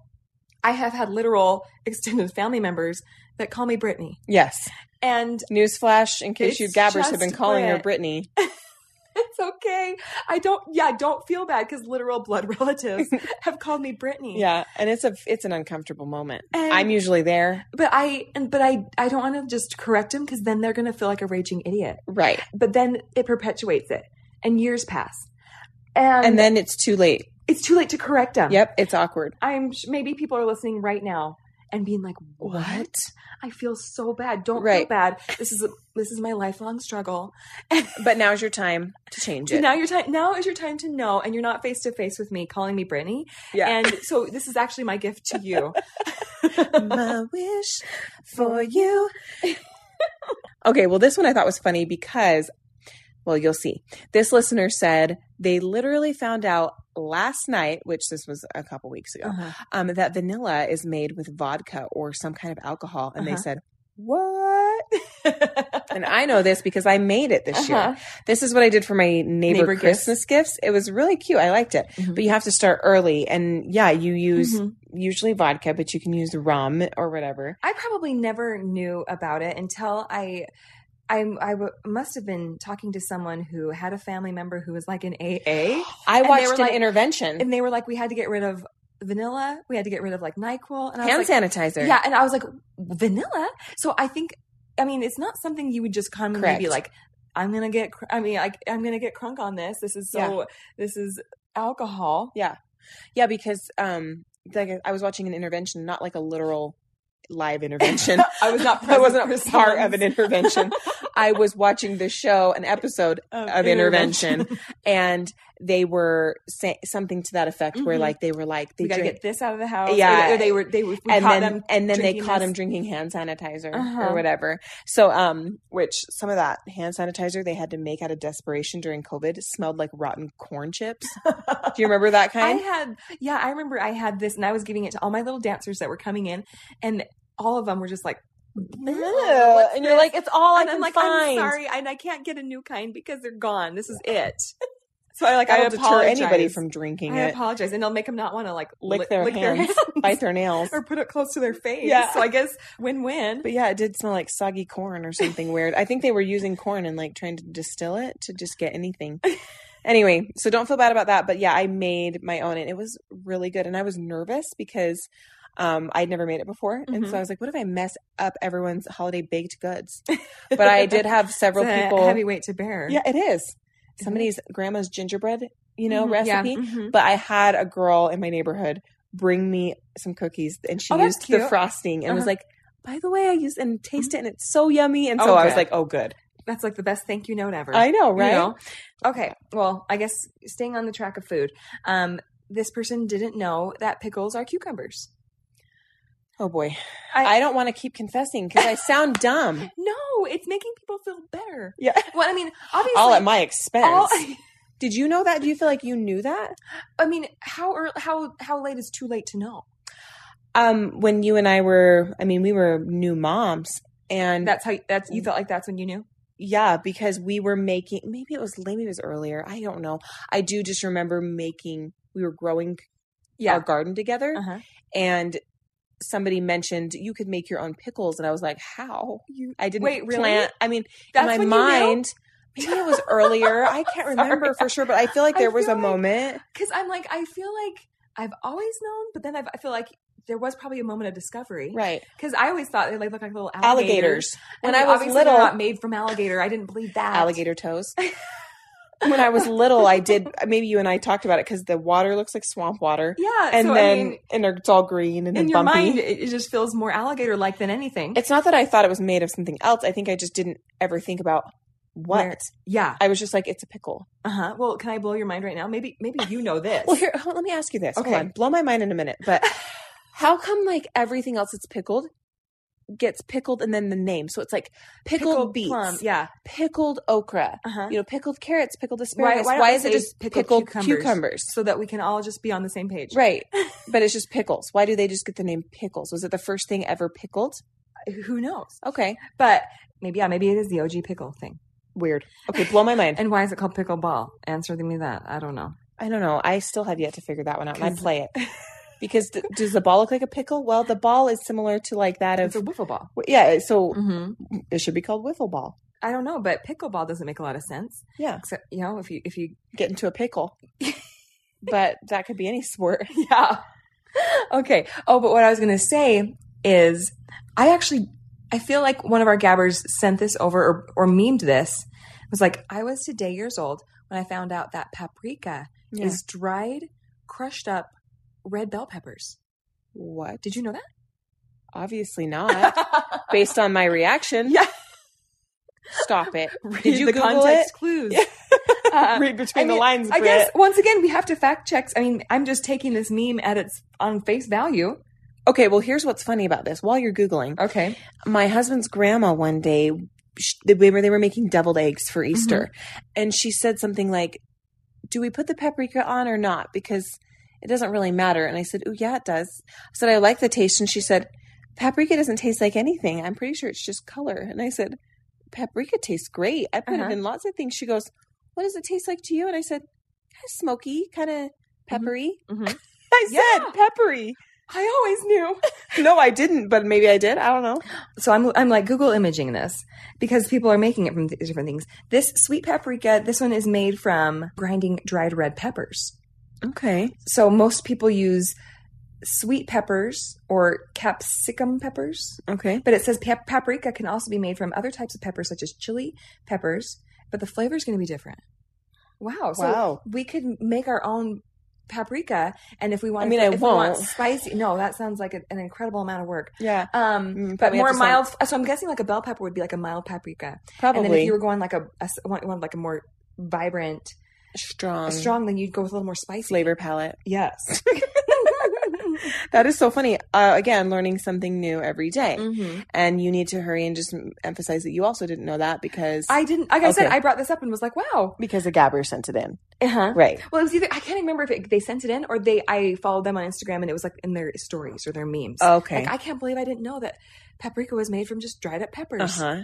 Speaker 2: I have had literal *laughs* extended family members that call me Brittany,
Speaker 1: Yes.
Speaker 2: and *laughs*
Speaker 1: Newsflash: In case
Speaker 2: It's
Speaker 1: you gabbers have
Speaker 2: just
Speaker 1: been calling her
Speaker 2: *laughs*
Speaker 1: Brittany,
Speaker 2: It's okay. I don't. Yeah, don't feel bad because literal blood *laughs*
Speaker 1: *laughs*
Speaker 2: relatives have called me Brittany.
Speaker 1: yeah, and it's a it's an uncomfortable moment.
Speaker 2: And-
Speaker 1: I'm usually there,
Speaker 2: but I and but I I don't want to just correct them because then they're gonna feel like a raging idiot.
Speaker 1: right?
Speaker 2: But then it perpetuates it, and years pass, and,
Speaker 1: And then it's too late.
Speaker 2: it's too late to correct them.
Speaker 1: Yep, it's awkward.
Speaker 2: I'm sh- maybe people are listening right now and being like, "What? I feel so bad. Don't feel
Speaker 1: Right.
Speaker 2: bad. This is a, this is my lifelong struggle."
Speaker 1: But now's your time to change
Speaker 2: So
Speaker 1: it.
Speaker 2: now your time now is your time to know, and you're not face to face with me calling me Brittany.
Speaker 1: yeah.
Speaker 2: And so this is actually my gift to
Speaker 1: *laughs*
Speaker 2: you.
Speaker 1: My wish for you. *laughs* okay, well, this one I thought was funny because, well, you'll see. This listener said they literally found out last night, which this was a couple weeks ago, um, that vanilla is made with vodka or some kind of alcohol. And
Speaker 2: Uh-huh.
Speaker 1: they said, *laughs* what? And I know this because I made it this
Speaker 2: Uh-huh.
Speaker 1: year. This is what I did for my Uh-huh. neighbor,
Speaker 2: Neighbor gifts.
Speaker 1: Christmas gifts. It was really cute. I liked it.
Speaker 2: Mhm.
Speaker 1: But you have to start early. And yeah, you use usually vodka, but you can use rum or whatever.
Speaker 2: I probably never knew about it until I. I, I w- must have been talking to someone who had a family member who was like an
Speaker 1: *gasps*
Speaker 2: AA,
Speaker 1: I
Speaker 2: And they
Speaker 1: watched
Speaker 2: were
Speaker 1: an
Speaker 2: like-
Speaker 1: intervention.
Speaker 2: and they were like, "We had to get rid of vanilla. We had to get rid of like Nyquil." And I
Speaker 1: hand
Speaker 2: was like,
Speaker 1: sanitizer.
Speaker 2: "Yeah," and I was like, "Vanilla." So I think I mean, it's not something you would just come and be
Speaker 1: Correct.
Speaker 2: like, I'm gonna get. Cr- I mean, like I'm gonna get crunk on this. This is so. This is alcohol.
Speaker 1: Yeah, because um, like I was watching an intervention, not like a literal live
Speaker 2: *laughs*
Speaker 1: intervention. *laughs*
Speaker 2: I was not.
Speaker 1: I wasn't
Speaker 2: present
Speaker 1: a
Speaker 2: for
Speaker 1: part of an
Speaker 2: someone's, *laughs*
Speaker 1: intervention. I was watching the show, an episode, of intervention, and they were say something to that effect, where
Speaker 2: Mhm.
Speaker 1: like they were like they
Speaker 2: *laughs* we gotta
Speaker 1: drink,
Speaker 2: get this out of the house.
Speaker 1: Yeah.
Speaker 2: Or they were. They were. We
Speaker 1: and
Speaker 2: caught
Speaker 1: then
Speaker 2: them.
Speaker 1: and then they
Speaker 2: drinking
Speaker 1: caught
Speaker 2: this.
Speaker 1: him drinking hand sanitizer
Speaker 2: Uh-huh.
Speaker 1: or whatever. So um, which some of that hand sanitizer they had to make out of desperation during COVID smelled like rotten corn chips. Do you remember that
Speaker 2: *laughs* I
Speaker 1: kind?
Speaker 2: had. Yeah, I remember. I had this, and I was giving it to all my little dancers that were coming in, and all of them were just like.
Speaker 1: Ugh.
Speaker 2: "What's
Speaker 1: and you're
Speaker 2: this?"
Speaker 1: like, it's all I
Speaker 2: and
Speaker 1: can
Speaker 2: I'm like, I'm
Speaker 1: find.
Speaker 2: sorry, and I can't get a new kind because they're gone. This is it. *laughs* So I like
Speaker 1: That
Speaker 2: I
Speaker 1: will deter
Speaker 2: apologize.
Speaker 1: anybody from drinking
Speaker 2: I
Speaker 1: it.
Speaker 2: apologize, and it'll make them not want to like
Speaker 1: Lick
Speaker 2: li-
Speaker 1: their hands. Bite their nails.
Speaker 2: *laughs* or put it close to their face.
Speaker 1: Yeah.
Speaker 2: So I guess win-win.
Speaker 1: But yeah, it did smell like soggy corn or something weird. I think they were using corn and like trying to distill it to just get
Speaker 2: *laughs*
Speaker 1: anything. Anyway, so don't feel bad about that. But yeah, I made my own and it was really good. And I was nervous because um, I'd never made it before. And so
Speaker 2: Mhm.
Speaker 1: I was like, what if I mess up everyone's holiday baked goods? But I did
Speaker 2: *laughs*
Speaker 1: have several
Speaker 2: It's a
Speaker 1: people.
Speaker 2: heavy weight to bear.
Speaker 1: yeah, it is.
Speaker 2: it?
Speaker 1: Somebody's grandma's gingerbread, you know,
Speaker 2: Mhm. Yeah.
Speaker 1: recipe.
Speaker 2: Mhm.
Speaker 1: But I had a girl in my neighborhood bring me some cookies and she
Speaker 2: Oh, that's
Speaker 1: used the
Speaker 2: cute.
Speaker 1: frosting and was
Speaker 2: Uh-huh.
Speaker 1: like, by the way, I used and taste it and it's so yummy. And so
Speaker 2: Oh,
Speaker 1: I was
Speaker 2: good.
Speaker 1: like, oh, good.
Speaker 2: That's like the best thank you note ever.
Speaker 1: I know,
Speaker 2: You
Speaker 1: right?
Speaker 2: know? Okay. Well, I guess staying on the track of food. Um, this person didn't know that pickles are cucumbers.
Speaker 1: Oh, boy.
Speaker 2: I-
Speaker 1: I, don't want to keep confessing because I sound dumb.
Speaker 2: No, it's making people feel better.
Speaker 1: *laughs* Yeah.
Speaker 2: Well, I mean, obviously,
Speaker 1: *laughs* All at my expense.
Speaker 2: all-
Speaker 1: *laughs* Did you know that? Do you feel like you knew that?
Speaker 2: *laughs* I mean, how early, how how late is too late to know?
Speaker 1: Um, when you and I were, I mean, we were new moms and Mm.
Speaker 2: That's how that's you felt like that's when you knew.
Speaker 1: yeah, because we were making, maybe it was, maybe it was earlier. I don't know. I do just remember making, we were growing our garden together.
Speaker 2: Uh-huh.
Speaker 1: and somebody mentioned you could make your own pickles and i was like how
Speaker 2: You,
Speaker 1: i didn't
Speaker 2: Wait, really?
Speaker 1: plant i mean
Speaker 2: that's
Speaker 1: in my
Speaker 2: when
Speaker 1: mind maybe it
Speaker 2: *laughs*
Speaker 1: was earlier i can't
Speaker 2: Sorry.
Speaker 1: remember for sure but i feel like
Speaker 2: I
Speaker 1: there was a
Speaker 2: feel like-
Speaker 1: moment
Speaker 2: because I'm like I feel like I've always known, but then I've, I feel like there was probably a moment of discovery
Speaker 1: right
Speaker 2: because I always thought they like look like little alligators.
Speaker 1: alligators when i
Speaker 2: mean,
Speaker 1: was
Speaker 2: obviously they're
Speaker 1: little
Speaker 2: not made from alligator. I didn't believe that
Speaker 1: alligator
Speaker 2: *laughs*
Speaker 1: toes when i was little i did maybe you and i talked about it because the water looks like swamp water
Speaker 2: Yeah,
Speaker 1: and
Speaker 2: so,
Speaker 1: then
Speaker 2: I mean,
Speaker 1: and it's all green and then
Speaker 2: in your
Speaker 1: bumpy
Speaker 2: mind, it, it just feels more alligator like than anything.
Speaker 1: it's not that i thought it was made of something else i think i just didn't ever think about what
Speaker 2: Where- yeah.
Speaker 1: i was just like it's a pickle
Speaker 2: Uh huh. Well, can I blow your mind right now? Maybe maybe you know this.
Speaker 1: Well, here, hold- let me ask you this.
Speaker 2: Okay.
Speaker 1: Hold on, blow my mind in a minute.
Speaker 2: *sighs*
Speaker 1: But how come like everything else that's pickled gets pickled and then the name? So it's like pickled, beets,
Speaker 2: plum. Yeah.
Speaker 1: pickled okra,
Speaker 2: Uh huh.
Speaker 1: you know, pickled carrots, pickled asparagus.
Speaker 2: why
Speaker 1: Why,
Speaker 2: don't we
Speaker 1: is it
Speaker 2: say
Speaker 1: just
Speaker 2: pickled
Speaker 1: pickled,
Speaker 2: cucumbers?
Speaker 1: cucumbers?
Speaker 2: so that we can all just be on the same page. *laughs*
Speaker 1: Right, but it's just pickles. Why do they just get the name pickles? Was it the first thing ever pickled?
Speaker 2: Who knows?
Speaker 1: Okay,
Speaker 2: But maybe yeah, maybe it is the OG pickle thing.
Speaker 1: weird. Okay, blow my mind.
Speaker 2: *laughs* And why is it called pickleball? Answer me that. I don't know.
Speaker 1: I don't know. I still have yet to figure that one out. And I
Speaker 2: 'Cause-
Speaker 1: play it
Speaker 2: *laughs*
Speaker 1: because d- does the ball look like a pickle? Well, the ball is similar to like that
Speaker 2: It's
Speaker 1: of
Speaker 2: a wiffle ball.
Speaker 1: yeah. So
Speaker 2: hmm
Speaker 1: it should be called wiffle ball.
Speaker 2: I don't know, but pickleball doesn't make a lot of sense.
Speaker 1: Yeah.
Speaker 2: Except you know, if you if you
Speaker 1: get into a *laughs* pickle. but that could be any sport.
Speaker 2: *laughs* yeah. Okay. Oh, but what I was going to say is I actually I feel like one of our gabbers sent this over or, or memed this. It was like I was today years old when I found out that paprika
Speaker 1: Is
Speaker 2: is dried, crushed up red bell peppers.
Speaker 1: what?
Speaker 2: Did you know
Speaker 1: Obviously *laughs* not.
Speaker 2: that? *laughs*
Speaker 1: Based on my reaction.
Speaker 2: Yeah.
Speaker 1: Stop it.
Speaker 2: Did you Google it? *laughs* clues? Uh,
Speaker 1: *laughs* Read between
Speaker 2: I
Speaker 1: the
Speaker 2: mean,
Speaker 1: lines.
Speaker 2: I
Speaker 1: Brit.
Speaker 2: guess once again we have to fact check. I mean, I'm just taking this meme at its on face value.
Speaker 1: Okay, well, here's what's funny about this. While you're Googling,
Speaker 2: Okay.
Speaker 1: my husband's grandma one day, sh- they were, they were making deviled eggs for Easter. And she said something like, Do we put the paprika on or not? Because it doesn't really matter. And I said, Oh, yeah, it does. I said, I like the taste. And she said, Paprika doesn't taste like anything. I'm pretty sure it's just color. And I said, Paprika tastes great. I put
Speaker 2: Uh-huh.
Speaker 1: it in lots of things. She goes, What does it taste like to you? And I said, Kind of smoky, kind of peppery.
Speaker 2: Mhm.
Speaker 1: *laughs* I
Speaker 2: Yeah.
Speaker 1: said, Peppery.
Speaker 2: I always knew.
Speaker 1: No, I didn't, but maybe I did. I don't know.
Speaker 2: So I'm I'm like Google imaging this because people are making it from these different things. This sweet paprika, this one is made from grinding dried red peppers.
Speaker 1: Okay.
Speaker 2: So most people use sweet peppers or capsicum peppers.
Speaker 1: Okay.
Speaker 2: But it says pap- paprika can also be made from other types of peppers, such as chili peppers, but the flavor is going to be different. Wow. So
Speaker 1: Wow.
Speaker 2: we could make our own paprika. And if we want,
Speaker 1: I mean, I
Speaker 2: if we want
Speaker 1: won't.
Speaker 2: spicy. No, that sounds like a, an incredible amount of work.
Speaker 1: Yeah.
Speaker 2: Um,
Speaker 1: Mm,
Speaker 2: but
Speaker 1: probably have
Speaker 2: more
Speaker 1: to sell-
Speaker 2: mild. So I'm guessing like a bell pepper would be like a mild paprika.
Speaker 1: Probably.
Speaker 2: And then if you were going like a, a s- want- want like a more vibrant,
Speaker 1: strong,
Speaker 2: strong, then you'd go with a little more spicy.
Speaker 1: Um, flavor palette.
Speaker 2: Yes.
Speaker 1: *laughs*
Speaker 2: Mm-hmm.
Speaker 1: That is so funny. Uh, again, learning something new every day.
Speaker 2: Mhm.
Speaker 1: And you need to hurry and just emphasize that you also didn't know that because
Speaker 2: I didn't. Like I said,
Speaker 1: Okay. Uh-huh.
Speaker 2: I brought this up and was like, "Wow."
Speaker 1: because the Gabber sent it in.
Speaker 2: Uh huh.
Speaker 1: Right.
Speaker 2: Well, it was either I can't remember if it, they sent it in or they. I followed them on Instagram and it was like in their stories or their memes.
Speaker 1: Oh, Okay.
Speaker 2: Like I can't believe I didn't know that paprika was made from just dried up peppers.
Speaker 1: Uh-huh.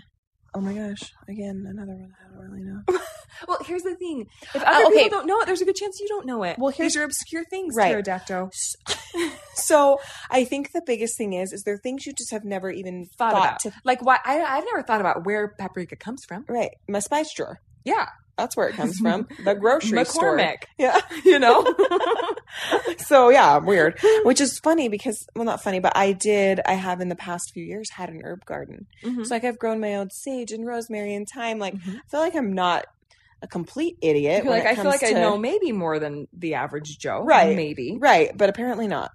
Speaker 1: Oh my gosh. Again, another one I don't really know. Uh,
Speaker 2: Well, here's the thing: if other
Speaker 1: Oh, okay.
Speaker 2: people don't know it, there's a good chance you don't know it.
Speaker 1: Well, here's-
Speaker 2: these are obscure things,
Speaker 1: Right.
Speaker 2: pterodactyl.
Speaker 1: *laughs* So I think the biggest thing is, is there are things you just have never even
Speaker 2: Thought,
Speaker 1: thought,
Speaker 2: about
Speaker 1: to.
Speaker 2: like why I, I've never thought about where paprika comes from.
Speaker 1: Right. My spice drawer.
Speaker 2: Yeah,
Speaker 1: That's where it *laughs* comes from. The grocery store.
Speaker 2: *laughs* McCormick.
Speaker 1: Yeah. You
Speaker 2: *laughs*
Speaker 1: know? so yeah, weird. Which is funny because, well, not funny, but I did, I have in the past few years had an herb garden.
Speaker 2: Mhm.
Speaker 1: So like I've grown my own sage and rosemary and thyme. Like
Speaker 2: Mhm.
Speaker 1: I feel like I'm not a complete idiot.
Speaker 2: You're
Speaker 1: when
Speaker 2: like
Speaker 1: it
Speaker 2: I feel
Speaker 1: comes
Speaker 2: like I
Speaker 1: to-
Speaker 2: know maybe more than the average Joe.
Speaker 1: Right.
Speaker 2: *laughs* Maybe.
Speaker 1: Right, but apparently not.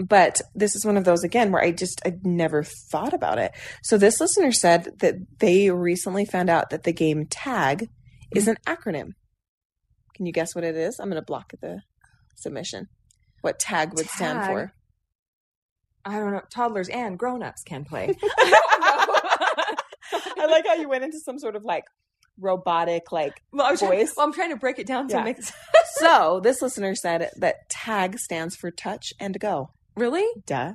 Speaker 1: but this is one of those again where I just I never thought about it. So this listener said that they recently found out that the game tag is
Speaker 2: Mm-hmm.
Speaker 1: an acronym. Can you guess what it is? I'm going to block the submission. What tag would stand
Speaker 2: Tag?
Speaker 1: for?
Speaker 2: I don't know. Toddlers and grown-ups can play.
Speaker 1: I like how you went into some sort of like robotic like
Speaker 2: *laughs* *laughs* Well, I'm trying,
Speaker 1: Voice.
Speaker 2: well, I'm trying to break it down to
Speaker 1: Yeah.
Speaker 2: make *laughs* sense.
Speaker 1: so this listener said that tag stands for touch and go
Speaker 2: Really?
Speaker 1: duh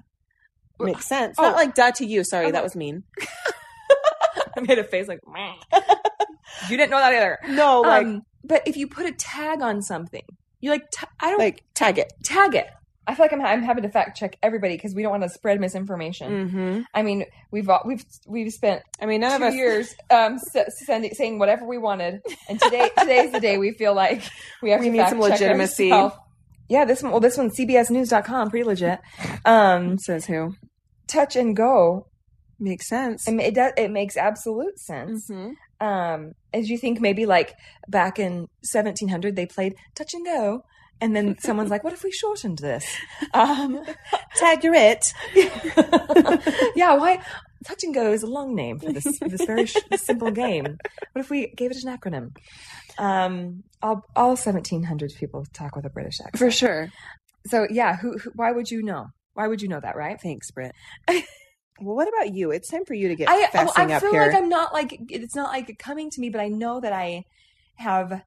Speaker 1: makes sense
Speaker 2: Oh.
Speaker 1: not like duh to you sorry
Speaker 2: I'm
Speaker 1: that
Speaker 2: like-
Speaker 1: was mean
Speaker 2: I made a face like, "Meh." *laughs* you didn't know that either.
Speaker 1: no like
Speaker 2: um, but if you put a tag on something, you like, t- I don't
Speaker 1: like tag it
Speaker 2: tag it. I feel like I'm, I'm having to fact check everybody because we don't want to spread misinformation.
Speaker 1: mm-hmm.
Speaker 2: I mean, we've all- we've we've spent
Speaker 1: i mean none of
Speaker 2: two
Speaker 1: us
Speaker 2: years um, s- sending saying whatever we wanted, and
Speaker 1: *laughs*
Speaker 2: today today's the day we feel like we have
Speaker 1: We
Speaker 2: to
Speaker 1: need some
Speaker 2: fact check
Speaker 1: legitimacy.
Speaker 2: ourselves. Yeah, this one. Well, this one, CBSNews.com, pretty legit. Um,
Speaker 1: says who
Speaker 2: touch and go.
Speaker 1: makes sense Mm-hmm.
Speaker 2: It ma- it, does, it makes absolute sense. Um, as you think maybe like back in 1700 they played touch and go, and then someone's like, "What if we shortened
Speaker 1: *laughs*
Speaker 2: this?" Um,
Speaker 1: tag you're it
Speaker 2: *laughs* yeah, why? Touch and go is a long name for this this very sh- simple game. What if we gave it an acronym? Um, all all seventeen hundred people talk with a British accent.
Speaker 1: for sure
Speaker 2: So yeah, who, who? Why would you know? Why would you know that, right?
Speaker 1: thanks brit well what about you it's time for you to get
Speaker 2: I oh,
Speaker 1: fessing
Speaker 2: I
Speaker 1: up
Speaker 2: feel
Speaker 1: here
Speaker 2: like I'm not like it's not like coming to me, but I know that I have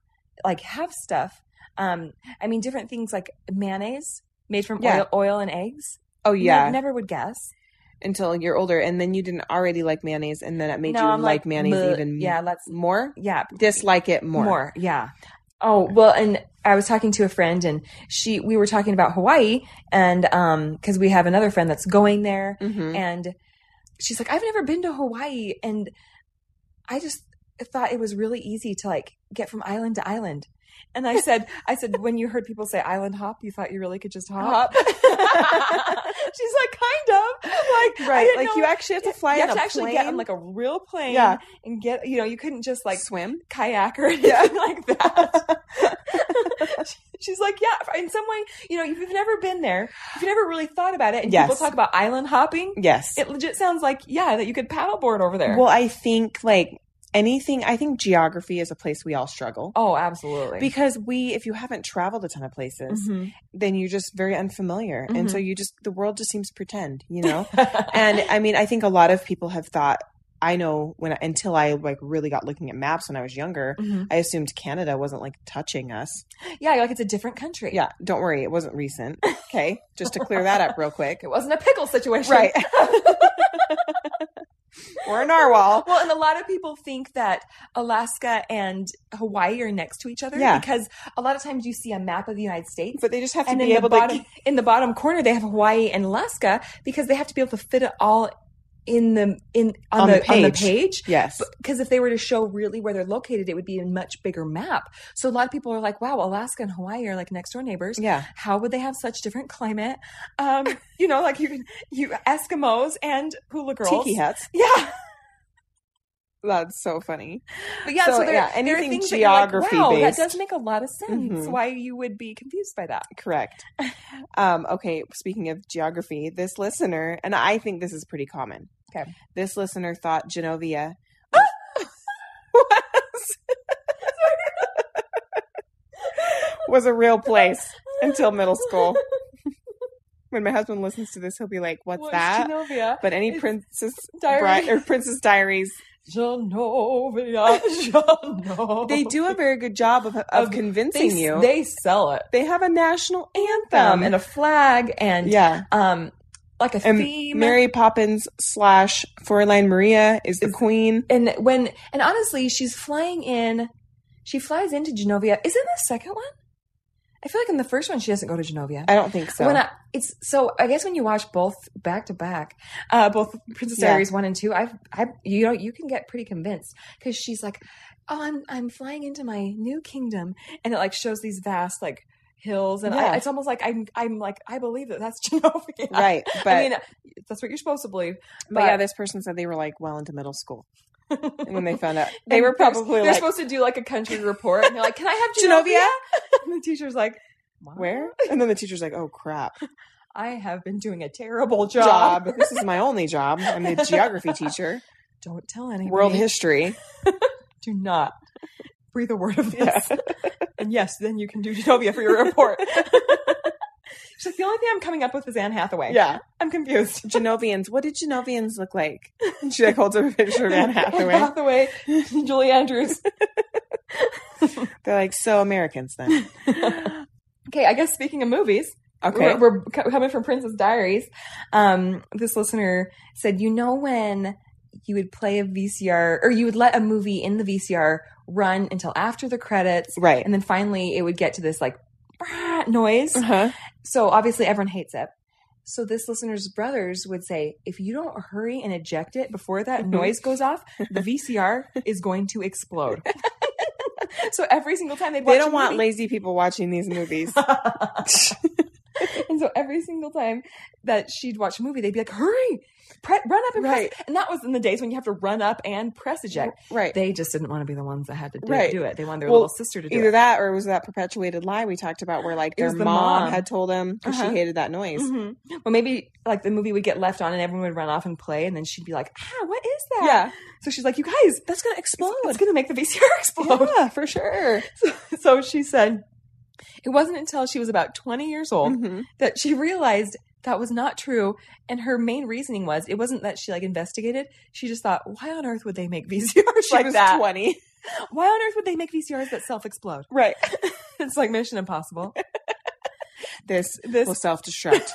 Speaker 2: like have stuff. Um, I mean, different things like mayonnaise made from
Speaker 1: Yeah.
Speaker 2: oil, oil and eggs.
Speaker 1: oh
Speaker 2: Ne-
Speaker 1: yeah
Speaker 2: never would guess.
Speaker 1: until you're older and then you didn't already like mayonnaise and then it made
Speaker 2: No,
Speaker 1: you
Speaker 2: I'm
Speaker 1: like, mayonnaise
Speaker 2: "Bleh."
Speaker 1: even
Speaker 2: yeah. Let's
Speaker 1: more
Speaker 2: yeah,
Speaker 1: dislike it more
Speaker 2: yeah oh well and i was talking to a friend and she we were talking about hawaii and um because we have another friend that's going there
Speaker 1: Mhm.
Speaker 2: and she's like i've never been to hawaii and i just thought it was really easy to like get from island to island and i said i said when you heard people say island hop you thought you really could just hop, *laughs* she's like kind of like
Speaker 1: right like you
Speaker 2: actually
Speaker 1: actually have to fly
Speaker 2: you
Speaker 1: in
Speaker 2: have to
Speaker 1: a
Speaker 2: actually
Speaker 1: plane
Speaker 2: get on like a real plane
Speaker 1: Yeah.
Speaker 2: and get you know you couldn't just like
Speaker 1: swim
Speaker 2: kayak or anything like that.
Speaker 1: *laughs*
Speaker 2: She- *laughs* She's like, yeah, in some way, you know, if you've never been there, if you've never really thought about it, and
Speaker 1: Yes.
Speaker 2: people talk about island hopping,
Speaker 1: yes
Speaker 2: it legit sounds like, yeah, that you could paddleboard over there.
Speaker 1: well i think like anything i think geography is a place we all struggle
Speaker 2: oh, absolutely.
Speaker 1: because Mm-hmm. we if you haven't traveled a ton of places
Speaker 2: *laughs* Mhm.
Speaker 1: then you're just very unfamiliar and so you just the world just seems pretend you know *laughs*
Speaker 2: yeah,
Speaker 1: and i mean i think a lot of people have thought i know when until i like really got looking at maps when i was younger
Speaker 2: Mhm.
Speaker 1: i assumed canada wasn't like touching us
Speaker 2: like it's a different country.
Speaker 1: yeah don't worry it wasn't recent *laughs* okay just to clear that up real quick
Speaker 2: It wasn't a pickle situation.
Speaker 1: right *laughs* or a narwhal
Speaker 2: Well, and a lot of people think that Alaska and Hawaii are next to each other
Speaker 1: Yeah.
Speaker 2: because a lot of times you see a map of the United States
Speaker 1: but they just have to
Speaker 2: and in
Speaker 1: be
Speaker 2: the
Speaker 1: able
Speaker 2: bottom
Speaker 1: to
Speaker 2: in the bottom corner they have Hawaii and Alaska because they have to be able to fit it all in the in on,
Speaker 1: On
Speaker 2: the,
Speaker 1: the
Speaker 2: on the
Speaker 1: page.
Speaker 2: page
Speaker 1: *laughs*
Speaker 2: *laughs*
Speaker 1: Yes.
Speaker 2: because if they were to show really where they're located, it would be a much bigger map. So a lot of people are like, "Wow, Alaska and Hawaii are like next door neighbors.
Speaker 1: Yeah.
Speaker 2: How would they have such different climate?" Um, *laughs* you know, like you can you Eskimos and hula girls.
Speaker 1: Tiki hats.
Speaker 2: Yeah,
Speaker 1: That's so funny.
Speaker 2: but yeah, so,
Speaker 1: So,
Speaker 2: there,
Speaker 1: yeah,
Speaker 2: there are
Speaker 1: anything
Speaker 2: things that you're like,
Speaker 1: geography
Speaker 2: wow,
Speaker 1: based.
Speaker 2: that does make a lot of sense.
Speaker 1: Mhm.
Speaker 2: Why you would be confused by that?
Speaker 1: Correct. Um, okay, speaking of geography, this listener, and I think this is pretty common.
Speaker 2: Okay.
Speaker 1: This listener thought
Speaker 2: *laughs*
Speaker 1: Genovia was, was a real place until middle
Speaker 2: *laughs*
Speaker 1: school. When my husband listens to this, he'll be like, What's
Speaker 2: What's
Speaker 1: that?
Speaker 2: Genovia.
Speaker 1: But any
Speaker 2: It's
Speaker 1: Princess
Speaker 2: Diary.
Speaker 1: Bri- or Princess Diaries,
Speaker 2: *laughs* Genovia. Genovia.
Speaker 1: they do a very good job of, of
Speaker 2: Of-
Speaker 1: convincing
Speaker 2: They,
Speaker 1: you.
Speaker 2: they sell it.
Speaker 1: They have a national
Speaker 2: Them
Speaker 1: anthem.
Speaker 2: and a flag and
Speaker 1: yeah.
Speaker 2: um like a
Speaker 1: And
Speaker 2: theme.
Speaker 1: Mary Poppins slash Fräulein Maria is the
Speaker 2: Is-
Speaker 1: queen.
Speaker 2: and when and honestly, she's flying in. She flies into Genovia. Isn't the second one? I feel like in the first one she doesn't go to Genovia.
Speaker 1: I don't think so.
Speaker 2: When I, it's so, I guess when you watch both back to back, uh, both Princess
Speaker 1: Yeah.
Speaker 2: Diaries one and two, I've, I, you know, you can get pretty convinced because she's like, "Oh, I'm, I'm flying into my new kingdom," and it like shows these vast like hills, and
Speaker 1: Yeah.
Speaker 2: I, it's almost like I'm, I'm like, I believe that that's *laughs* Genovia.
Speaker 1: right. But,
Speaker 2: I mean, that's what you're supposed to believe.
Speaker 1: but, yeah,
Speaker 2: but-
Speaker 1: this person said they were like well into middle school. And when they found out, *laughs* they
Speaker 2: And
Speaker 1: were
Speaker 2: they're-
Speaker 1: probably
Speaker 2: they're
Speaker 1: like,
Speaker 2: supposed to do like a country report, and they're like, "Can I have Genovia?"
Speaker 1: *laughs* Genovia?
Speaker 2: and the teacher's like, "Wow,
Speaker 1: Where? And then the teacher's like, oh crap.
Speaker 2: I have been doing a terrible
Speaker 1: *laughs*
Speaker 2: job.
Speaker 1: Job. this is my only job. I'm the *laughs* geography teacher,
Speaker 2: Don't tell anyone.
Speaker 1: world history.
Speaker 2: do not breathe a
Speaker 1: *laughs*
Speaker 2: word of
Speaker 1: Yeah.
Speaker 2: this. and yes, then you can do Genovia for your
Speaker 1: *laughs*
Speaker 2: report. She's like, the only thing I'm coming up with is Anne Hathaway.
Speaker 1: Yeah.
Speaker 2: I'm confused.
Speaker 1: Genovians. What did Genovians look *laughs* like? And she like holds up a picture of
Speaker 2: *laughs*
Speaker 1: Anne Hathaway.
Speaker 2: Hathaway,
Speaker 1: *laughs*
Speaker 2: Julie Andrews.
Speaker 1: They're like, so Americans *laughs* then.
Speaker 2: Okay, I guess speaking of movies,
Speaker 1: Okay.
Speaker 2: we're, we're co- coming from Princess Diaries. Um, this listener said, you know when you would play a VCR or you would let a movie in the VCR run until after the credits
Speaker 1: Right.
Speaker 2: and then finally it would get to this like *laughs* noise
Speaker 1: Uh-huh.
Speaker 2: So obviously everyone hates it. So this listener's brothers would say, if you don't hurry and eject it before that
Speaker 1: Mhm.
Speaker 2: noise goes off,
Speaker 1: *laughs*
Speaker 2: the VCR is going to explode. so every single time they'd watch
Speaker 1: They don't
Speaker 2: a
Speaker 1: want
Speaker 2: movie,
Speaker 1: lazy people watching these
Speaker 2: *laughs*
Speaker 1: movies.
Speaker 2: and so every single time that she'd watch a movie, they'd be like, hurry, pre- run up and
Speaker 1: Right.
Speaker 2: press. And that was in the days when you have to run up and press eject.
Speaker 1: right.
Speaker 2: They just didn't want to be the ones that had to do,
Speaker 1: Right.
Speaker 2: do it. They wanted their
Speaker 1: Well,
Speaker 2: little sister to do
Speaker 1: Either
Speaker 2: it.
Speaker 1: that or it was that perpetuated lie we talked about where like
Speaker 2: It
Speaker 1: their
Speaker 2: was the
Speaker 1: mom,
Speaker 2: mom.
Speaker 1: had told them because
Speaker 2: Uh-huh.
Speaker 1: she hated that mm-hmm. noise.
Speaker 2: Mhm. Well, maybe like the movie would get left on and everyone would run off and play, and then she'd be like, ah, what is that?
Speaker 1: Yeah.
Speaker 2: So she's like, "You guys,
Speaker 1: That's going to explode.
Speaker 2: it's gonna make the VCR *laughs* explode."
Speaker 1: *laughs* yeah, for sure.
Speaker 2: So she said, "It wasn't until she was about 20 years old
Speaker 1: Mhm.
Speaker 2: that she realized that was not true." And her main reasoning was it wasn't that she like investigated; she just thought, "Why on earth would they make *laughs* VCRs
Speaker 1: She
Speaker 2: like
Speaker 1: was
Speaker 2: that? *laughs*
Speaker 1: 20.
Speaker 2: Why on earth would they make VCRs that self-explode?" *laughs*
Speaker 1: Right.
Speaker 2: It's like Mission Impossible.
Speaker 1: This,
Speaker 2: This-
Speaker 1: will self
Speaker 2: *laughs*
Speaker 1: destruct.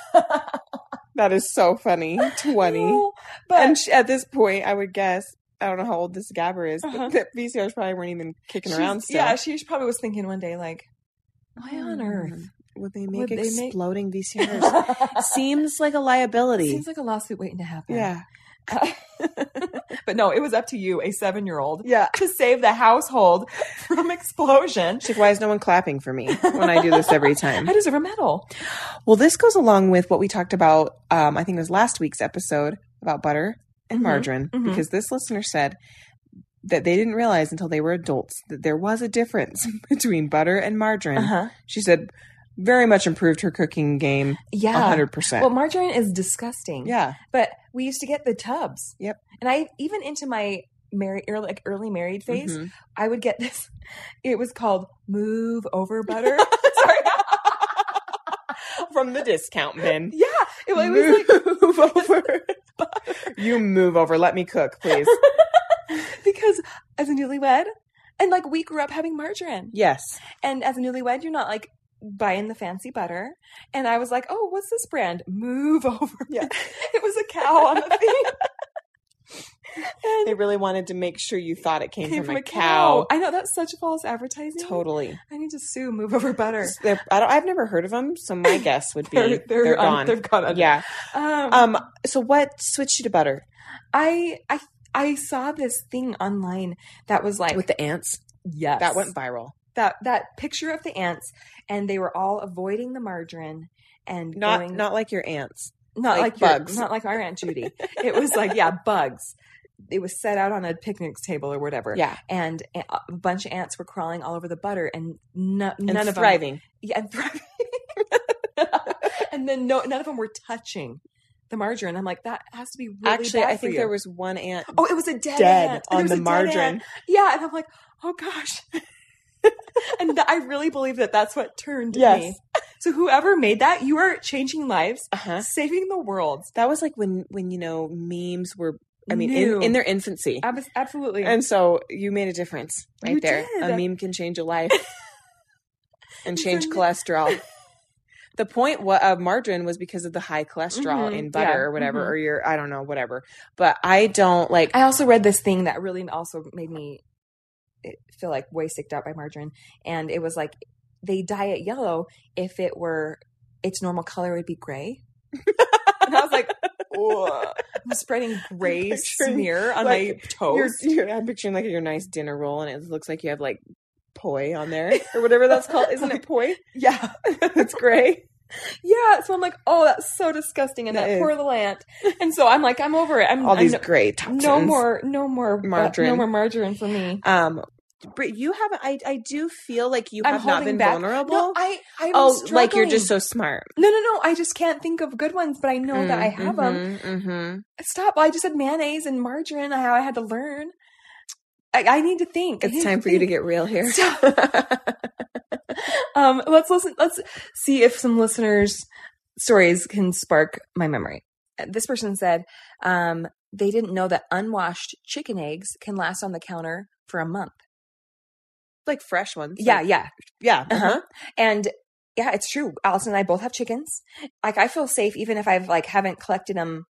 Speaker 1: that is so *laughs* funny. 20.
Speaker 2: No, but
Speaker 1: and she, at this point, I would guess, I don't know how old this gabber is,
Speaker 2: Uh-huh.
Speaker 1: but that VCRs probably weren't even kicking
Speaker 2: she's-
Speaker 1: around still. Mm-hmm.
Speaker 2: yeah, she probably was thinking one day like, "Why on earth?"
Speaker 1: Would they
Speaker 2: Would
Speaker 1: make
Speaker 2: they make-
Speaker 1: exploding
Speaker 2: *laughs*
Speaker 1: VCRs? Seems like a liability.
Speaker 2: Seems like a lawsuit waiting to happen.
Speaker 1: yeah.
Speaker 2: *laughs* but no, it was up to you, a seven year old,
Speaker 1: Yeah.
Speaker 2: to save the household from explosion.
Speaker 1: She's like, why is no one clapping for me when I do this every time?
Speaker 2: *laughs* I deserve a medal.
Speaker 1: Well, this goes along with what we talked about, um, I think it was last week's episode about butter and
Speaker 2: Mhm.
Speaker 1: margarine,
Speaker 2: Mhm.
Speaker 1: because this listener said that they didn't realize until they were adults that there was a difference *laughs* between butter and margarine.
Speaker 2: Uh-huh.
Speaker 1: She said, very much improved her cooking game
Speaker 2: Yeah.
Speaker 1: 100%.
Speaker 2: Well, margarine is disgusting.
Speaker 1: yeah.
Speaker 2: But we used to get the tubs.
Speaker 1: Yep.
Speaker 2: And I, even into my married, early, like early married phase,
Speaker 1: Mhm.
Speaker 2: *laughs* I would get this. It was called Move Over
Speaker 1: *laughs*
Speaker 2: Butter. Sorry.
Speaker 1: From the discount *laughs* bin.
Speaker 2: Yeah. It, was- it was like,
Speaker 1: move *laughs*
Speaker 2: *laughs*
Speaker 1: over. you move over. Let me cook, please.
Speaker 2: because as a newlywed, and like we grew up having margarine.
Speaker 1: yes.
Speaker 2: And as a newlywed, you're not like buying the fancy butter. And I was like, oh, *laughs* what's this brand? Move over.
Speaker 1: Yeah. *laughs*
Speaker 2: it was a cow on the thing. And
Speaker 1: They really wanted to make sure you thought it
Speaker 2: *laughs*
Speaker 1: came,
Speaker 2: came
Speaker 1: from, a, cow.
Speaker 2: I know that's such false advertising.
Speaker 1: Totally.
Speaker 2: I need to sue Move Over Butter.
Speaker 1: They're, I don't, I've never heard of them, so my guess would be
Speaker 2: *laughs* They're-
Speaker 1: they're,
Speaker 2: they're un-
Speaker 1: gone.
Speaker 2: they've gone under.
Speaker 1: Yeah.
Speaker 2: Um,
Speaker 1: Um. So what switched you to butter
Speaker 2: I I I saw this thing online that was like
Speaker 1: with the ants?
Speaker 2: yes
Speaker 1: That went viral.
Speaker 2: that that picture of the ants and they were all avoiding the margarine and
Speaker 1: Not
Speaker 2: going,
Speaker 1: not like your ants.
Speaker 2: not
Speaker 1: like
Speaker 2: like, your-
Speaker 1: bugs.
Speaker 2: not like our
Speaker 1: *laughs*
Speaker 2: aunt Judy. it was like yeah bugs. It was set out on a picnic table or whatever.
Speaker 1: Yeah.
Speaker 2: And a a bunch of ants were crawling all over the butter, and no,
Speaker 1: And
Speaker 2: none of them
Speaker 1: thriving.
Speaker 2: yeah, and thriving. *laughs* and then no, none of them were touching the margarine. I'm like, that has to be really
Speaker 1: Actually,
Speaker 2: bad
Speaker 1: I
Speaker 2: for
Speaker 1: think
Speaker 2: you.
Speaker 1: there was one ant
Speaker 2: Oh, it was a *gasps* dead,
Speaker 1: dead
Speaker 2: ant. *laughs* There
Speaker 1: on
Speaker 2: was
Speaker 1: the
Speaker 2: a dead
Speaker 1: margarine.
Speaker 2: ant. Yeah, and I'm like, oh gosh. *laughs* and th- I really believe that that's what turned
Speaker 1: Yes.
Speaker 2: me. So whoever made that, you are changing lives,
Speaker 1: Uh huh.
Speaker 2: saving the world.
Speaker 1: That was like when when you know memes were. I mean,
Speaker 2: New.
Speaker 1: in, in their infancy.
Speaker 2: Ab- absolutely.
Speaker 1: And so you made a difference right
Speaker 2: You
Speaker 1: there. A
Speaker 2: did.
Speaker 1: meme can change a *laughs* life and
Speaker 2: It's
Speaker 1: change
Speaker 2: a
Speaker 1: *laughs*
Speaker 2: mi-
Speaker 1: cholesterol. The point wa- of margarine was because of the high cholesterol
Speaker 2: Mhm,
Speaker 1: in butter
Speaker 2: yeah,
Speaker 1: or whatever,
Speaker 2: mhm.
Speaker 1: or your, I don't know, whatever. But Mm-hmm. I don't like,
Speaker 2: I also read this thing that really also made me eh, feel like way sicked out by margarine. And it was like they dye it yellow. If it were its normal color, it would be gray. *laughs* and I was like, Ugh. I'm spreading *laughs* gray
Speaker 1: Picturing,
Speaker 2: smear
Speaker 1: like,
Speaker 2: on my
Speaker 1: your, *laughs*
Speaker 2: toast.
Speaker 1: your, I'm picturing like your nice dinner roll and it looks like you have like poi on *laughs* there or whatever that's called. Isn't it *laughs* poi?
Speaker 2: Yeah.
Speaker 1: *laughs* That's gray.
Speaker 2: Yeah. So I'm like, oh, that's so disgusting. And
Speaker 1: That
Speaker 2: that,
Speaker 1: is.
Speaker 2: poor little ant. And so I'm like, I'm over it. I'm,
Speaker 1: All
Speaker 2: I'm
Speaker 1: these
Speaker 2: no,
Speaker 1: gray toxins.
Speaker 2: no more, no more bu-
Speaker 1: Margarine.
Speaker 2: No more margarine for me.
Speaker 1: Um, but you haven't, I, I do feel like you
Speaker 2: I'm
Speaker 1: have not
Speaker 2: holding
Speaker 1: been
Speaker 2: back.
Speaker 1: vulnerable.
Speaker 2: No, I, I'm
Speaker 1: oh, like you're
Speaker 2: struggling.
Speaker 1: just so smart.
Speaker 2: No, no, no. I just can't think of good ones, but I know that I
Speaker 1: Mm-hmm,
Speaker 2: have them.
Speaker 1: hmm
Speaker 2: Stop. I just said mayonnaise and margarine, how I had to learn. I, I need to think. I need
Speaker 1: It's time for you to
Speaker 2: think.
Speaker 1: get real here.
Speaker 2: Um, let's listen. Let's see if some listeners' stories can spark my memory. Uh, This person said um, they didn't know that unwashed chicken eggs can last on the counter for a month.
Speaker 1: *laughs* like fresh ones.
Speaker 2: yeah,
Speaker 1: Like-
Speaker 2: yeah.
Speaker 1: yeah.
Speaker 2: Uh-huh. And yeah, it's true. Allison and I both have chickens. Like I feel safe even if I've like haven't collected them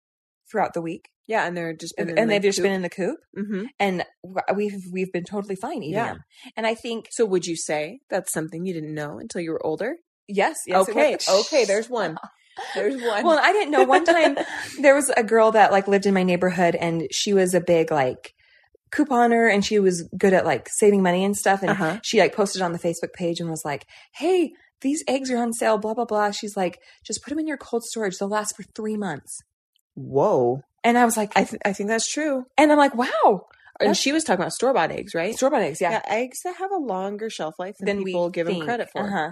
Speaker 2: throughout the week,
Speaker 1: Yeah, and they're just been
Speaker 2: and,
Speaker 1: in
Speaker 2: and
Speaker 1: the
Speaker 2: they've just
Speaker 1: coop.
Speaker 2: been in the coop,
Speaker 1: Mhm.
Speaker 2: and w- we've we've been totally fine eating
Speaker 1: Yeah.
Speaker 2: them. And I think
Speaker 1: So would you say that's something you didn't know until you were older?
Speaker 2: yes, yes it
Speaker 1: okay,
Speaker 2: was-
Speaker 1: okay. There's one. *laughs* There's one.
Speaker 2: *laughs* Well, and I didn't know. One *laughs* time there was a girl that like lived in my neighborhood and she was a big like couponer and she was good at like saving money and stuff. And
Speaker 1: Uh-huh.
Speaker 2: she like posted on the Facebook page and was like, Hey, these eggs are on sale, blah, blah, blah. She's like, just put them in your cold storage. They'll last for three months.
Speaker 1: Whoa.
Speaker 2: And I was like,
Speaker 1: I th- I think that's true.
Speaker 2: and I'm like, wow,
Speaker 1: And
Speaker 2: That's-
Speaker 1: she was talking about store bought eggs, right?
Speaker 2: store bought eggs. Yeah.
Speaker 1: eggs that have a longer shelf life than,
Speaker 2: Then
Speaker 1: people give them
Speaker 2: think.
Speaker 1: credit for.
Speaker 2: Uh-huh.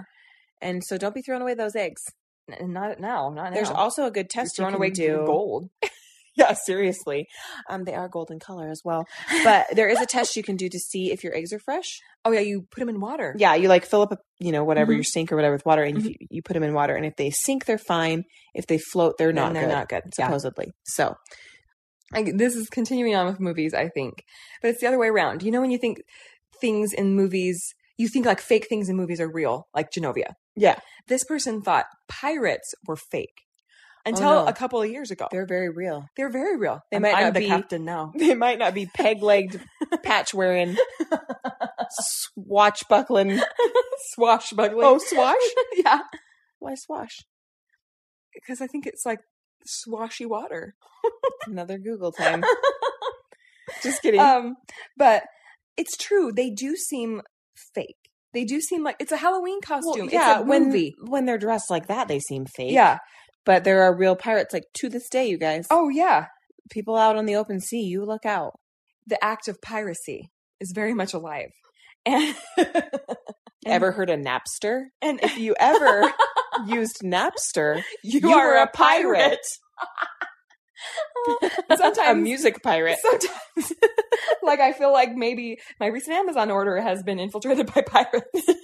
Speaker 1: And so don't be throwing away those eggs.
Speaker 2: N- Not now, not now.
Speaker 1: There's also a good
Speaker 2: You're
Speaker 1: test you
Speaker 2: throwing
Speaker 1: can
Speaker 2: away
Speaker 1: do.
Speaker 2: gold.
Speaker 1: *laughs* Yeah, seriously. Um, they are golden color as well. But there is a test you can do to see if your eggs are fresh.
Speaker 2: Oh yeah, you put them in water.
Speaker 1: Yeah, you like fill up, a, you know, whatever
Speaker 2: Mhm.
Speaker 1: your sink or whatever with water, and if you, you put them in water. And if they sink, they're fine. If they float, they're
Speaker 2: Then
Speaker 1: not.
Speaker 2: they're
Speaker 1: good,
Speaker 2: not good. Yeah.
Speaker 1: supposedly. So
Speaker 2: I, this is continuing on with movies, I think, but it's the other way around. You know, when you think things in movies, you think like fake things in movies are real, like Genovia.
Speaker 1: yeah,
Speaker 2: This person thought pirates were fake until
Speaker 1: no.
Speaker 2: a couple of years ago. Oh, They're,
Speaker 1: they're very real.
Speaker 2: very real.
Speaker 1: They
Speaker 2: And
Speaker 1: might
Speaker 2: I'm
Speaker 1: not
Speaker 2: the
Speaker 1: be-
Speaker 2: captain now.
Speaker 1: *laughs* They might not be peg legged, patch wearing, swatch buckling.
Speaker 2: Swashbuckling.
Speaker 1: Oh, swash?
Speaker 2: *laughs* yeah,
Speaker 1: Why swash?
Speaker 2: because I think it's like swashy water.
Speaker 1: Another Google *laughs* time. Just kidding.
Speaker 2: Um, but it's true. They do seem fake. They do seem like it's a Halloween
Speaker 1: Well,
Speaker 2: costume.
Speaker 1: yeah,
Speaker 2: it's a
Speaker 1: when
Speaker 2: movie.
Speaker 1: when they're dressed like that, they seem fake.
Speaker 2: yeah.
Speaker 1: but there are real pirates. Like to this day, you guys,
Speaker 2: Oh yeah.
Speaker 1: people out on the open sea, you look out.
Speaker 2: the act of piracy is very much alive. *laughs* And,
Speaker 1: Ever heard of Napster?
Speaker 2: And
Speaker 1: if you ever used Napster,
Speaker 2: *laughs* you,
Speaker 1: you
Speaker 2: are,
Speaker 1: were
Speaker 2: a pirate.
Speaker 1: *laughs* a
Speaker 2: *laughs* sometimes,
Speaker 1: music
Speaker 2: *laughs*
Speaker 1: pirate.
Speaker 2: sometimes, like I feel like maybe my recent Amazon order has been infiltrated by pirates.
Speaker 1: *laughs*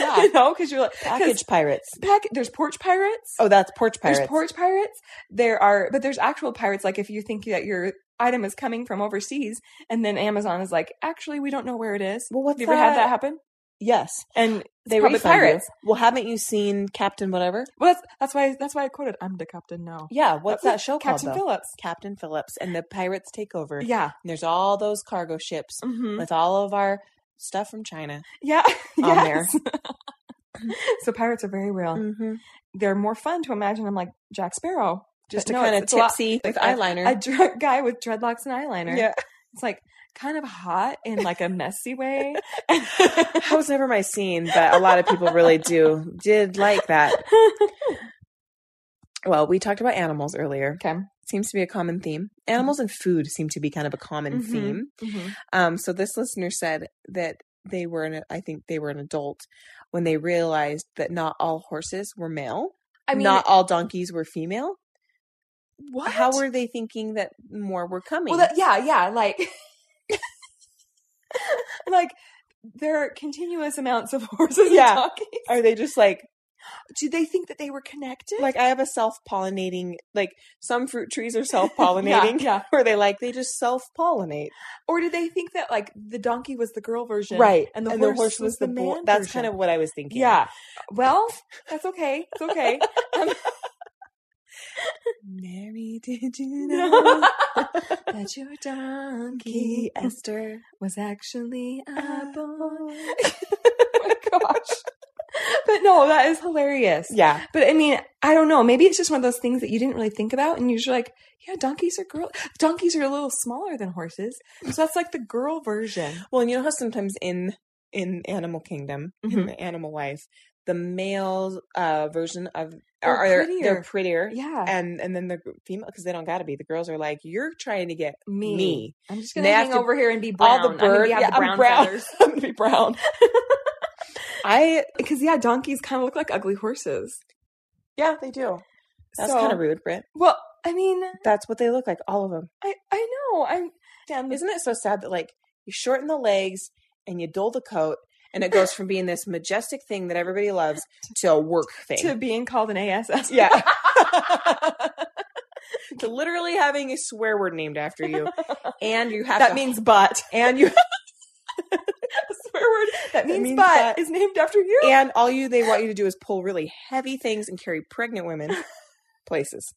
Speaker 1: Yeah.
Speaker 2: *laughs* you know, because you're like 'cause
Speaker 1: Package pirates.
Speaker 2: pack- there's porch pirates.
Speaker 1: Oh, that's porch pirates.
Speaker 2: There's porch pirates. There are, but there's actual pirates. Like if you think that your item is coming from overseas, and then Amazon is like, actually, we don't know where it is.
Speaker 1: well, what's
Speaker 2: Have you ever had that
Speaker 1: happen?
Speaker 2: happen?
Speaker 1: Yes,
Speaker 2: and
Speaker 1: they
Speaker 2: probably
Speaker 1: refund
Speaker 2: pirates.
Speaker 1: you. Well, haven't you seen Captain whatever?
Speaker 2: Well, that's, that's why that's why I quoted. I'm the captain now.
Speaker 1: Yeah, what's that show
Speaker 2: Captain
Speaker 1: called? though?
Speaker 2: Phillips.
Speaker 1: Captain Phillips and the Oh, pirates take over.
Speaker 2: Yeah.
Speaker 1: And there's all those cargo ships
Speaker 2: Mm-hmm.
Speaker 1: with all of our stuff from China.
Speaker 2: Yeah.
Speaker 1: on there.
Speaker 2: *laughs* yes. so pirates are very real.
Speaker 1: Mm-hmm.
Speaker 2: They're more fun to imagine. I'm like Jack Sparrow,
Speaker 1: Just
Speaker 2: But
Speaker 1: a
Speaker 2: no,
Speaker 1: kind of
Speaker 2: it's- it's a lot-
Speaker 1: tipsy
Speaker 2: like
Speaker 1: with
Speaker 2: a-
Speaker 1: eyeliner.
Speaker 2: a drunk *laughs* guy with dreadlocks and eyeliner.
Speaker 1: yeah.
Speaker 2: It's like kind of hot in like a messy
Speaker 1: *laughs*
Speaker 2: way.
Speaker 1: That was never my scene, but a lot of people really
Speaker 2: *laughs*
Speaker 1: do did like that.
Speaker 2: Mm-hmm.
Speaker 1: Well, we talked about animals earlier.
Speaker 2: Okay.
Speaker 1: Seems to be a common theme. Animals and food seem to be kind of a common
Speaker 2: Mhm.
Speaker 1: theme. Um, so this listener said that they were, an, I think they were an adult when they realized that not all horses were male.
Speaker 2: I mean,
Speaker 1: not all donkeys were female.
Speaker 2: what?
Speaker 1: How were they thinking that more were coming?
Speaker 2: well, that, yeah, yeah, like, *laughs* like there are continuous amounts of *laughs* horses
Speaker 1: Yeah.
Speaker 2: and donkeys.
Speaker 1: Are they just like
Speaker 2: Do they think that they were connected?
Speaker 1: like I have a self pollinating like some fruit *laughs* trees are self pollinating *laughs*
Speaker 2: yeah, yeah.
Speaker 1: where they like they just self pollinate.
Speaker 2: Or do they think that like the donkey was the girl version,
Speaker 1: And the, horse, was, the, boy.
Speaker 2: man
Speaker 1: That's
Speaker 2: version?
Speaker 1: kind of what I was thinking.
Speaker 2: Yeah. Well, that's okay. It's okay.
Speaker 1: Mary, did *laughs* you
Speaker 2: *laughs*
Speaker 1: know
Speaker 2: that your donkey
Speaker 1: Key Esther?
Speaker 2: was actually a boy. *laughs* Oh
Speaker 1: yeah.
Speaker 2: my gosh. But no, that is hilarious. But I mean, I don't know. Maybe it's just one of those things that you didn't really think about, and you're just like, yeah, donkeys are girl. Donkeys are a little smaller than horses, so that's like the girl version.
Speaker 1: Well, and you know how sometimes in in Animal Kingdom, in
Speaker 2: Mhm.
Speaker 1: the animal life, the male uh, version of
Speaker 2: They're
Speaker 1: are they're-
Speaker 2: prettier.
Speaker 1: they're prettier.
Speaker 2: Yeah,
Speaker 1: And and then the female because they don't gotta be the girls are like you're trying to get
Speaker 2: me.
Speaker 1: me.
Speaker 2: I'm just
Speaker 1: And
Speaker 2: gonna
Speaker 1: they have
Speaker 2: hang
Speaker 1: to-
Speaker 2: over here and be brown.
Speaker 1: all the bird-
Speaker 2: I'm gonna be- have
Speaker 1: yeah,
Speaker 2: the
Speaker 1: I'm
Speaker 2: brown,
Speaker 1: brown.
Speaker 2: feathers.
Speaker 1: *laughs*
Speaker 2: *laughs*
Speaker 1: I'm gonna be brown. I
Speaker 2: Because yeah, donkeys kind of look like ugly horses.
Speaker 1: yeah they do. That's
Speaker 2: So-
Speaker 1: kind of rude, Britt.
Speaker 2: Well, I mean,
Speaker 1: That's what they look like, all of them.
Speaker 2: I I know. I'm damn.
Speaker 1: Isn't it so sad that like you shorten the legs and you dull the coat, and it goes from being this majestic thing that everybody
Speaker 2: *laughs*
Speaker 1: loves to a work thing.
Speaker 2: to being called an *laughs*
Speaker 1: *laughs*
Speaker 2: ASS.
Speaker 1: yeah. to literally having a swear word named after you, and you have
Speaker 2: that
Speaker 1: to,
Speaker 2: means butt.
Speaker 1: and
Speaker 2: *laughs*
Speaker 1: you *laughs*
Speaker 2: A swear word that means,
Speaker 1: means
Speaker 2: butt,
Speaker 1: butt.
Speaker 2: is named after you.
Speaker 1: and all you they want you to do is pull really heavy things and carry pregnant women places.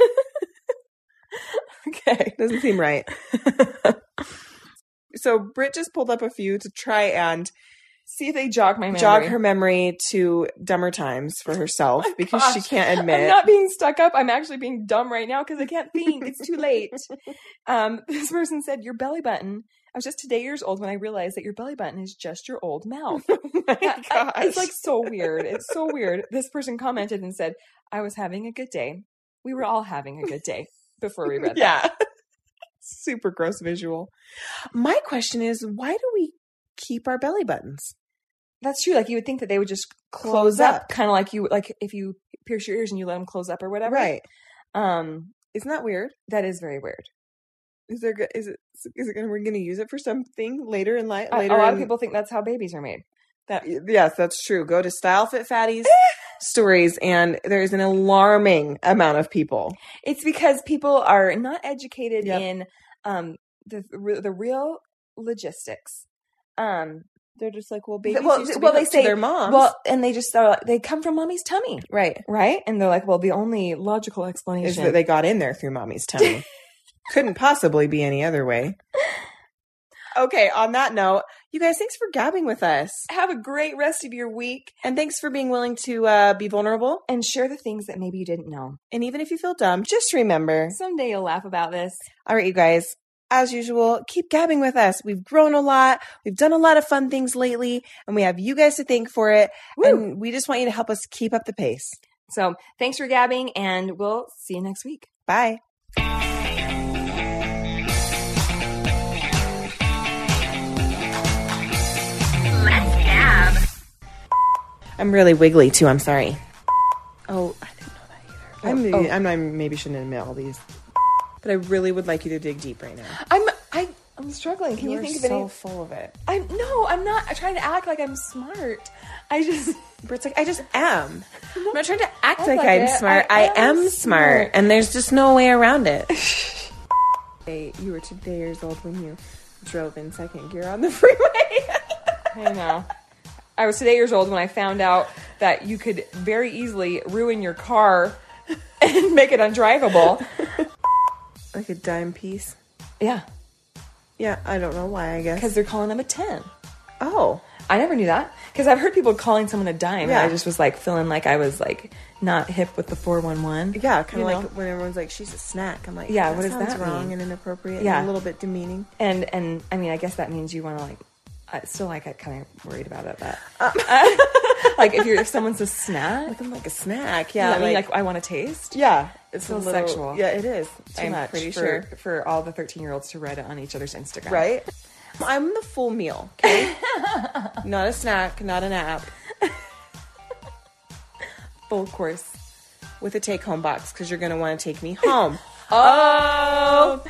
Speaker 2: *laughs* Okay.
Speaker 1: Doesn't seem
Speaker 2: *laughs*
Speaker 1: right. So Britt just pulled up a few to try and
Speaker 2: See if they jog my memory. Oh
Speaker 1: jog her memory to dumber times for herself because she
Speaker 2: gosh.
Speaker 1: can't admit.
Speaker 2: I'm not being stuck up. I'm actually being dumb right now because I can't think. It's too *laughs* late. um, *laughs* this person said, Your belly button. I was just today years old when I realized that your belly button is just your old mouth.
Speaker 1: *laughs* *laughs* Oh my
Speaker 2: I- I- *laughs* it's
Speaker 1: gosh.
Speaker 2: like so weird. It's so weird. This person commented and said, I was having a good day. We were all having a good day
Speaker 1: *laughs*
Speaker 2: before we read that.
Speaker 1: yeah. Super gross visual. My question is why do we keep our belly buttons?
Speaker 2: That's true. Like you would think that they would just close,
Speaker 1: Close
Speaker 2: up,
Speaker 1: up.
Speaker 2: kind of like you, like if you pierce your ears and you let them close up or whatever.
Speaker 1: Right.
Speaker 2: Um,
Speaker 1: Isn't that weird?
Speaker 2: that is very weird.
Speaker 1: Is there go- is it is it gonna we're gonna use it for something later in life?
Speaker 2: Uh, A-
Speaker 1: Later,
Speaker 2: a lot
Speaker 1: in-
Speaker 2: of people think that's how babies are made. That
Speaker 1: Yes, that's true. Go to Style Fit Fatties stories, and there is an alarming amount of people.
Speaker 2: It's because people are not educated
Speaker 1: Yep.
Speaker 2: in um, the the real logistics. Um,
Speaker 1: They're just like, well,
Speaker 2: babies
Speaker 1: babies.
Speaker 2: used to be hooked to
Speaker 1: their
Speaker 2: their
Speaker 1: moms.
Speaker 2: well, and they just are like, they come from mommy's tummy,
Speaker 1: right,
Speaker 2: right? And they're like, well, the only logical
Speaker 1: is
Speaker 2: explanation.
Speaker 1: that they got in there through mommy's tummy. Couldn't possibly be any other way. Okay, on that note, you guys, thanks for gabbing with us.
Speaker 2: Have a great rest of your week
Speaker 1: And thanks for being willing to uh, be vulnerable.
Speaker 2: and share the things that maybe you didn't know.
Speaker 1: And even if you feel dumb, just remember.
Speaker 2: Someday you'll laugh about this.
Speaker 1: All right, you guys, as usual, keep gabbing with us. We've grown a lot. We've done a lot of fun things lately, and we have you guys to thank for it.
Speaker 2: Woo!
Speaker 1: And we just want you to help us keep up the pace.
Speaker 2: so thanks for gabbing, and we'll see you next week.
Speaker 1: Bye.
Speaker 3: Let's gab.
Speaker 1: I'm really wiggly too. I'm sorry. Oh, I didn't know that either. I'm,
Speaker 2: Oh,
Speaker 1: maybe, I'm, I maybe shouldn't admit all these, but I really would like you to dig deep right now.
Speaker 2: I'm I I'm struggling. Can you,
Speaker 1: are
Speaker 2: think of
Speaker 1: so
Speaker 2: any?
Speaker 1: full of it.
Speaker 2: I'm no, I'm not trying to act like I'm smart. I *laughs* just.
Speaker 1: Britt's like, I just am. I'm not trying to act
Speaker 2: Sounds
Speaker 1: like,
Speaker 2: like
Speaker 1: I'm
Speaker 2: it.
Speaker 1: smart.
Speaker 2: I
Speaker 1: I, am
Speaker 2: am
Speaker 1: smart.
Speaker 2: smart.
Speaker 1: and there's just no way around
Speaker 2: *laughs*
Speaker 1: it. Hey, you were today years old when you drove in second gear on the *laughs* freeway.
Speaker 2: I know. I was eight years old when I found out that you could very easily ruin your car and make
Speaker 1: *laughs*
Speaker 2: it undrivable.
Speaker 1: like a dime piece.
Speaker 2: Yeah,
Speaker 1: Yeah, I don't know why. I guess.
Speaker 2: because they're calling them a 10.
Speaker 1: Oh,
Speaker 2: I never knew that because I've heard people calling someone a dime.
Speaker 1: Yeah.
Speaker 2: And I just was like feeling like I was like not hip with the 411.
Speaker 1: yeah, kind
Speaker 2: You
Speaker 1: of like
Speaker 2: know?
Speaker 1: when everyone's like, "She's a snack." I'm like,
Speaker 2: Yeah,
Speaker 1: that
Speaker 2: what does
Speaker 1: sounds
Speaker 2: that
Speaker 1: wrong
Speaker 2: mean?
Speaker 1: and inappropriate.
Speaker 2: Yeah.
Speaker 1: and a little bit demeaning.
Speaker 2: And, and I mean, I guess that means you want to like, I still like, I kind of worried about it, but
Speaker 1: Uh.
Speaker 2: *laughs* like if you're, if someone's a snack,
Speaker 1: Like I'm like a snack.
Speaker 2: yeah,
Speaker 1: Yeah,
Speaker 2: I mean, like, I want to taste.
Speaker 1: yeah, it's
Speaker 2: so sexual.
Speaker 1: Yeah, it is. Too
Speaker 2: I'm
Speaker 1: much
Speaker 2: pretty
Speaker 1: for-
Speaker 2: sure for all the 13 year olds to write it on each other's Instagram.
Speaker 1: right? I'm the full meal. Okay, not a snack, not an app.
Speaker 2: Full course.
Speaker 1: with a take home box because you're going to want to take me home.
Speaker 2: Oh!